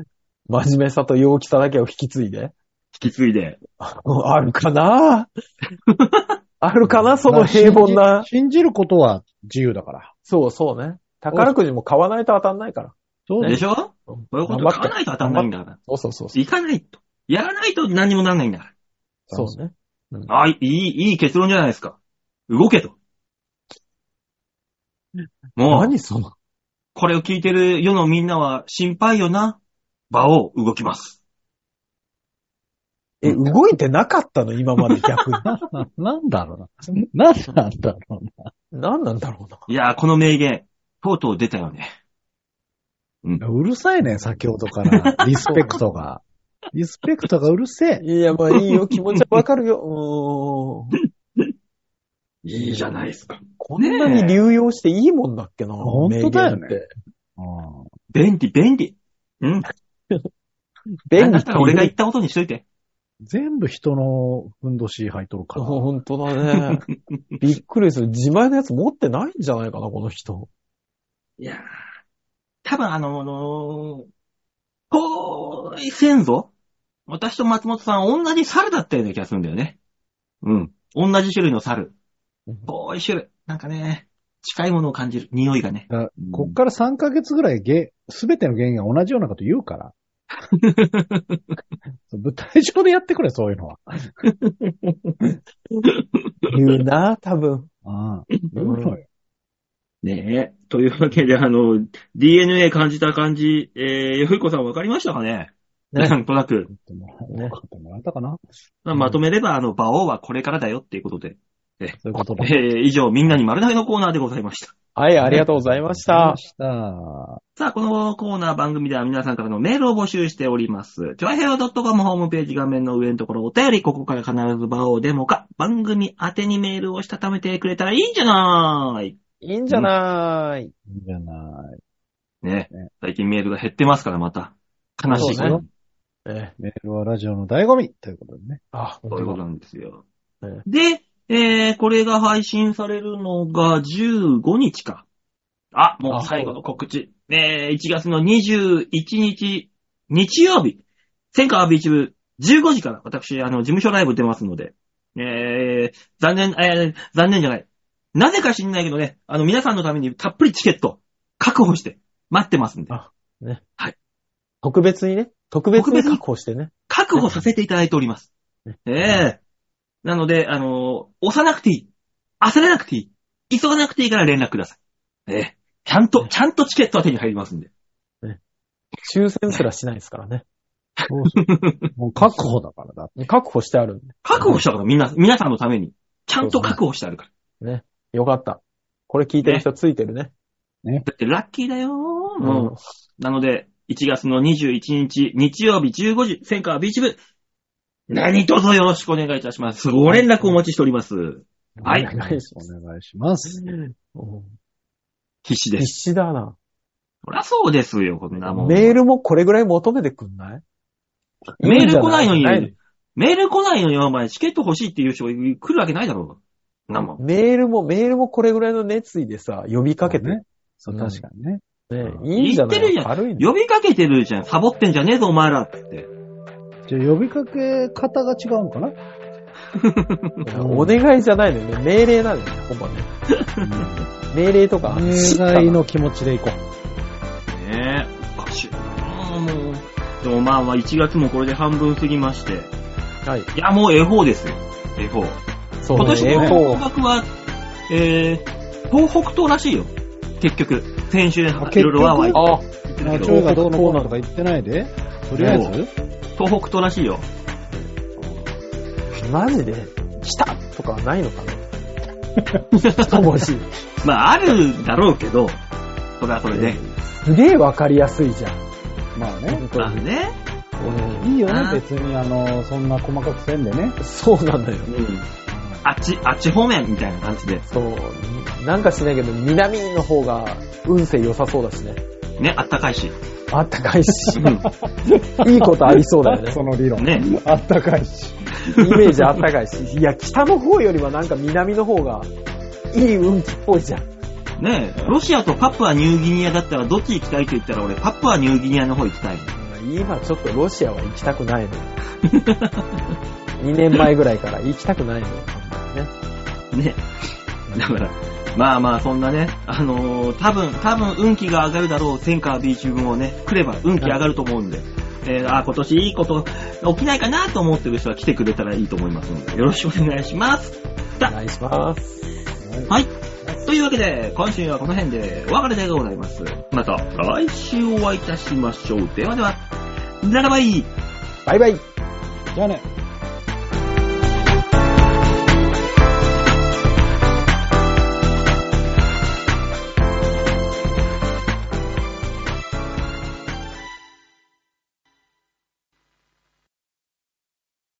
Speaker 3: 真面目さと陽気さだけを引き継いで。
Speaker 2: き継いで。
Speaker 3: あるか なあるかなその平凡
Speaker 4: 信
Speaker 3: な。
Speaker 4: じ信じることは自由だから。
Speaker 3: そうそうね。宝くじも買わないと当たんないから。
Speaker 4: そう
Speaker 2: でしょこ
Speaker 3: そう
Speaker 2: ういうこと書かないと当たんないんだから。
Speaker 3: そうそうそう。
Speaker 2: 行かないと。やらないと何にもなんないんだか
Speaker 3: そうね。
Speaker 2: ら。あ、いい、いい結論じゃないですか。動けと。もう、
Speaker 3: 何その、
Speaker 2: これを聞いてる世のみんなは心配よな。場を動きます。
Speaker 3: え、動いてなかったの今まで逆に。
Speaker 4: な、なんだろうな。なんなんだろう
Speaker 3: 何なんだろうな。
Speaker 2: いやー、この名言、とうとう出たよね。
Speaker 4: な。うるさいね、先ほどから。リスペクトが。リスペクトがうるせえ。
Speaker 3: いや、まあいいよ。気持ちはわかるよ。 うーん。
Speaker 2: いいじゃないですか。
Speaker 3: こんなに流用していいもんだっけな。
Speaker 4: 本当だよね
Speaker 3: 名言
Speaker 2: 便
Speaker 3: って。
Speaker 2: 利、便利。 うん。
Speaker 3: 便利
Speaker 2: だったら俺が言
Speaker 3: 言
Speaker 2: ったことにしといて。
Speaker 4: 全部人のふんどし入っとるから。
Speaker 3: 本当だ ね。びっくりする。自前のやつ持ってないんじゃないかな、この人。
Speaker 2: いやー多分あの、あのー、こう、先祖私と松本さん同じ猿だったような気がするんだよね。うん。同じ種類の猿
Speaker 3: うん。
Speaker 2: こういう種類。なんかね、近いものを感じる。匂いがね。
Speaker 4: だからこっから3ヶ月ぐらいゲ、すべての芸人が同じようなこと言う から。舞台上でやってくれ、そういうのは。
Speaker 3: 言うな、多分。
Speaker 4: ああ、言うのよ。
Speaker 2: ねえ。というわけで、あの、DNA 感じた感じ、えー、よふこさんわかりましたかね
Speaker 3: ね
Speaker 2: なんとなく。
Speaker 4: ちょっともら分かってもらえたかな
Speaker 2: まあまとめれば、あの、馬王はこれからだよっていうことで。
Speaker 4: そういうこと
Speaker 2: え
Speaker 4: で。
Speaker 2: ー、以上、みんなに丸投げのコーナーでございました。
Speaker 3: はい、ありがとうございまし
Speaker 4: ありがとうござい
Speaker 3: た
Speaker 4: ま。した。
Speaker 2: さあ、このコーナー番組では皆さんからのメールを募集しております。ちょいへよ .com ホームページ画面の上のところお便り、ここから必ず場をデモか、番組宛てにメールをしたためてくれたらいいんじゃない
Speaker 3: いいんじゃない。
Speaker 4: いいじゃない。
Speaker 2: ね
Speaker 4: ね。
Speaker 2: 最近メールが減ってますから、また。悲しいこと
Speaker 3: そう
Speaker 2: に。
Speaker 3: ええ
Speaker 4: メールはラジオの醍醐味ということでね。
Speaker 3: あ、
Speaker 2: そういうこ
Speaker 3: 本
Speaker 2: となんですよ。
Speaker 3: ね
Speaker 2: で、えー、これが配信されるのが15日か。あ、もう最後の告知。えー、1月の21日、日曜日、千川ビーチ部15時から、私、あの、事務所ライブ出ますので、えー、残念、えー、残念じゃない。なぜか知んないけどね、あの、皆さんのためにたっぷりチケット確保して待ってますんで、
Speaker 3: あ特別にね、特別
Speaker 2: 別に
Speaker 3: に確保してね。
Speaker 2: 確保させていただいております。ええなので、あのー押さなくていい。焦らなくていい。急がなくていいから連絡ください。ええちゃんと、ちゃんとチケットは手に入りますんで。
Speaker 3: 抽選すらしないですからね。
Speaker 4: もう確保だからだ。
Speaker 3: 確保してあるんで。
Speaker 2: 確保したから、みんな、皆さんのために。ちゃんと確保してあるから。
Speaker 3: よかった。これ聞いてる人ついてるね。
Speaker 2: だってラッキーだよー
Speaker 3: う
Speaker 2: もう。なので、1月の21日、日曜日15時、千川ビーチ部。何卒よろしくお願いいたします。ご連絡お待ちしております。はい
Speaker 4: お願いしますお願いします。
Speaker 3: うん
Speaker 2: 必死で
Speaker 3: 必
Speaker 2: す。
Speaker 3: 死だな。
Speaker 2: そりゃそうですよ、こんなもん。
Speaker 3: メールもこれぐらい求めてくんない
Speaker 2: メール来ないのに
Speaker 3: いいんじゃない、
Speaker 2: メール来ないのに、お前、チケット欲しいっていう人が来るわけないだろう。なんも。
Speaker 3: メールも、メールもこれぐらいの熱意でさ、呼びかけて。ね
Speaker 4: ね。そう、確かにね。
Speaker 3: いいんじゃない
Speaker 2: 言ってるじゃん
Speaker 3: 軽いね
Speaker 2: 呼びかけてるじゃん。サボってんじゃねえぞ、お前らって。
Speaker 4: じゃあ呼びかけ方が違うのかな、
Speaker 3: お願いじゃないのよね。命令なのよね、ほんまね。命令とか。
Speaker 4: お願いの気持ちでいこう。
Speaker 2: ねえ。おかしいなあもう。でもまあまあ、1月もこれで半分過ぎまして。
Speaker 3: はい。
Speaker 2: いや、もう A4 ですよ。A4。
Speaker 3: そう
Speaker 2: 今年
Speaker 3: ね。
Speaker 2: の
Speaker 3: こ
Speaker 2: 方角は、えー、東北東らしいよ。結局。先週、い
Speaker 4: あ
Speaker 2: ろいろワーワー言っ
Speaker 3: ああ、
Speaker 2: て
Speaker 4: まあ
Speaker 2: たけ
Speaker 4: 蝶
Speaker 2: ど、
Speaker 4: がどうのこうのとか言ってないで、とりあえず、
Speaker 2: 東北東らしいよ。
Speaker 3: マジで、来たとかはないのかな一文字。
Speaker 2: まあ、あるだろうけど、それはそれで。
Speaker 3: すげえわかりやすいじゃん。
Speaker 4: まあね、
Speaker 2: まあね。
Speaker 3: うん
Speaker 4: いいよね
Speaker 2: あ、ー
Speaker 4: 別に、あの、そんな細かくせんでね。
Speaker 3: そうなんだよ。
Speaker 2: うん。あっち、あっち方面みたいな感じで。
Speaker 3: そう。なんかしないけど、南の方が運勢良さそうだし ね。
Speaker 2: ね、あったかいし。
Speaker 3: あったかいし
Speaker 2: う、ん。
Speaker 3: いいことありそうだよね。
Speaker 4: その理論。
Speaker 2: ね。
Speaker 4: あったかいし。
Speaker 3: イメージあったかいし。いや、北の方よりはなんか南の方が、いい運気っぽいじゃん。
Speaker 2: ねロシアとパプアニューギニアだったらどっち行きたいと言ったら俺、パプアニューギニアの方行き たい。
Speaker 3: 今ちょっとロシアは行きたくないの。2年前ぐらいから行きたくないの。ね。
Speaker 2: ね。だから、まあまあそんなね、あのー、多分、多分運気が上がるだろう、センカー B チューブもね、来れば運気上がると思うんで。えー、あー、今年いいこと起きないかなと思ってる人は来てくれたらいいと思いますので、よろしくお願いします。
Speaker 3: お願いします。
Speaker 2: はい。というわけで、今週はこの辺でお別れでございます。また来週お会いいたしましょう。ではでは、ならばいい。
Speaker 3: バイバイ。
Speaker 4: じゃあね。
Speaker 2: バイバイ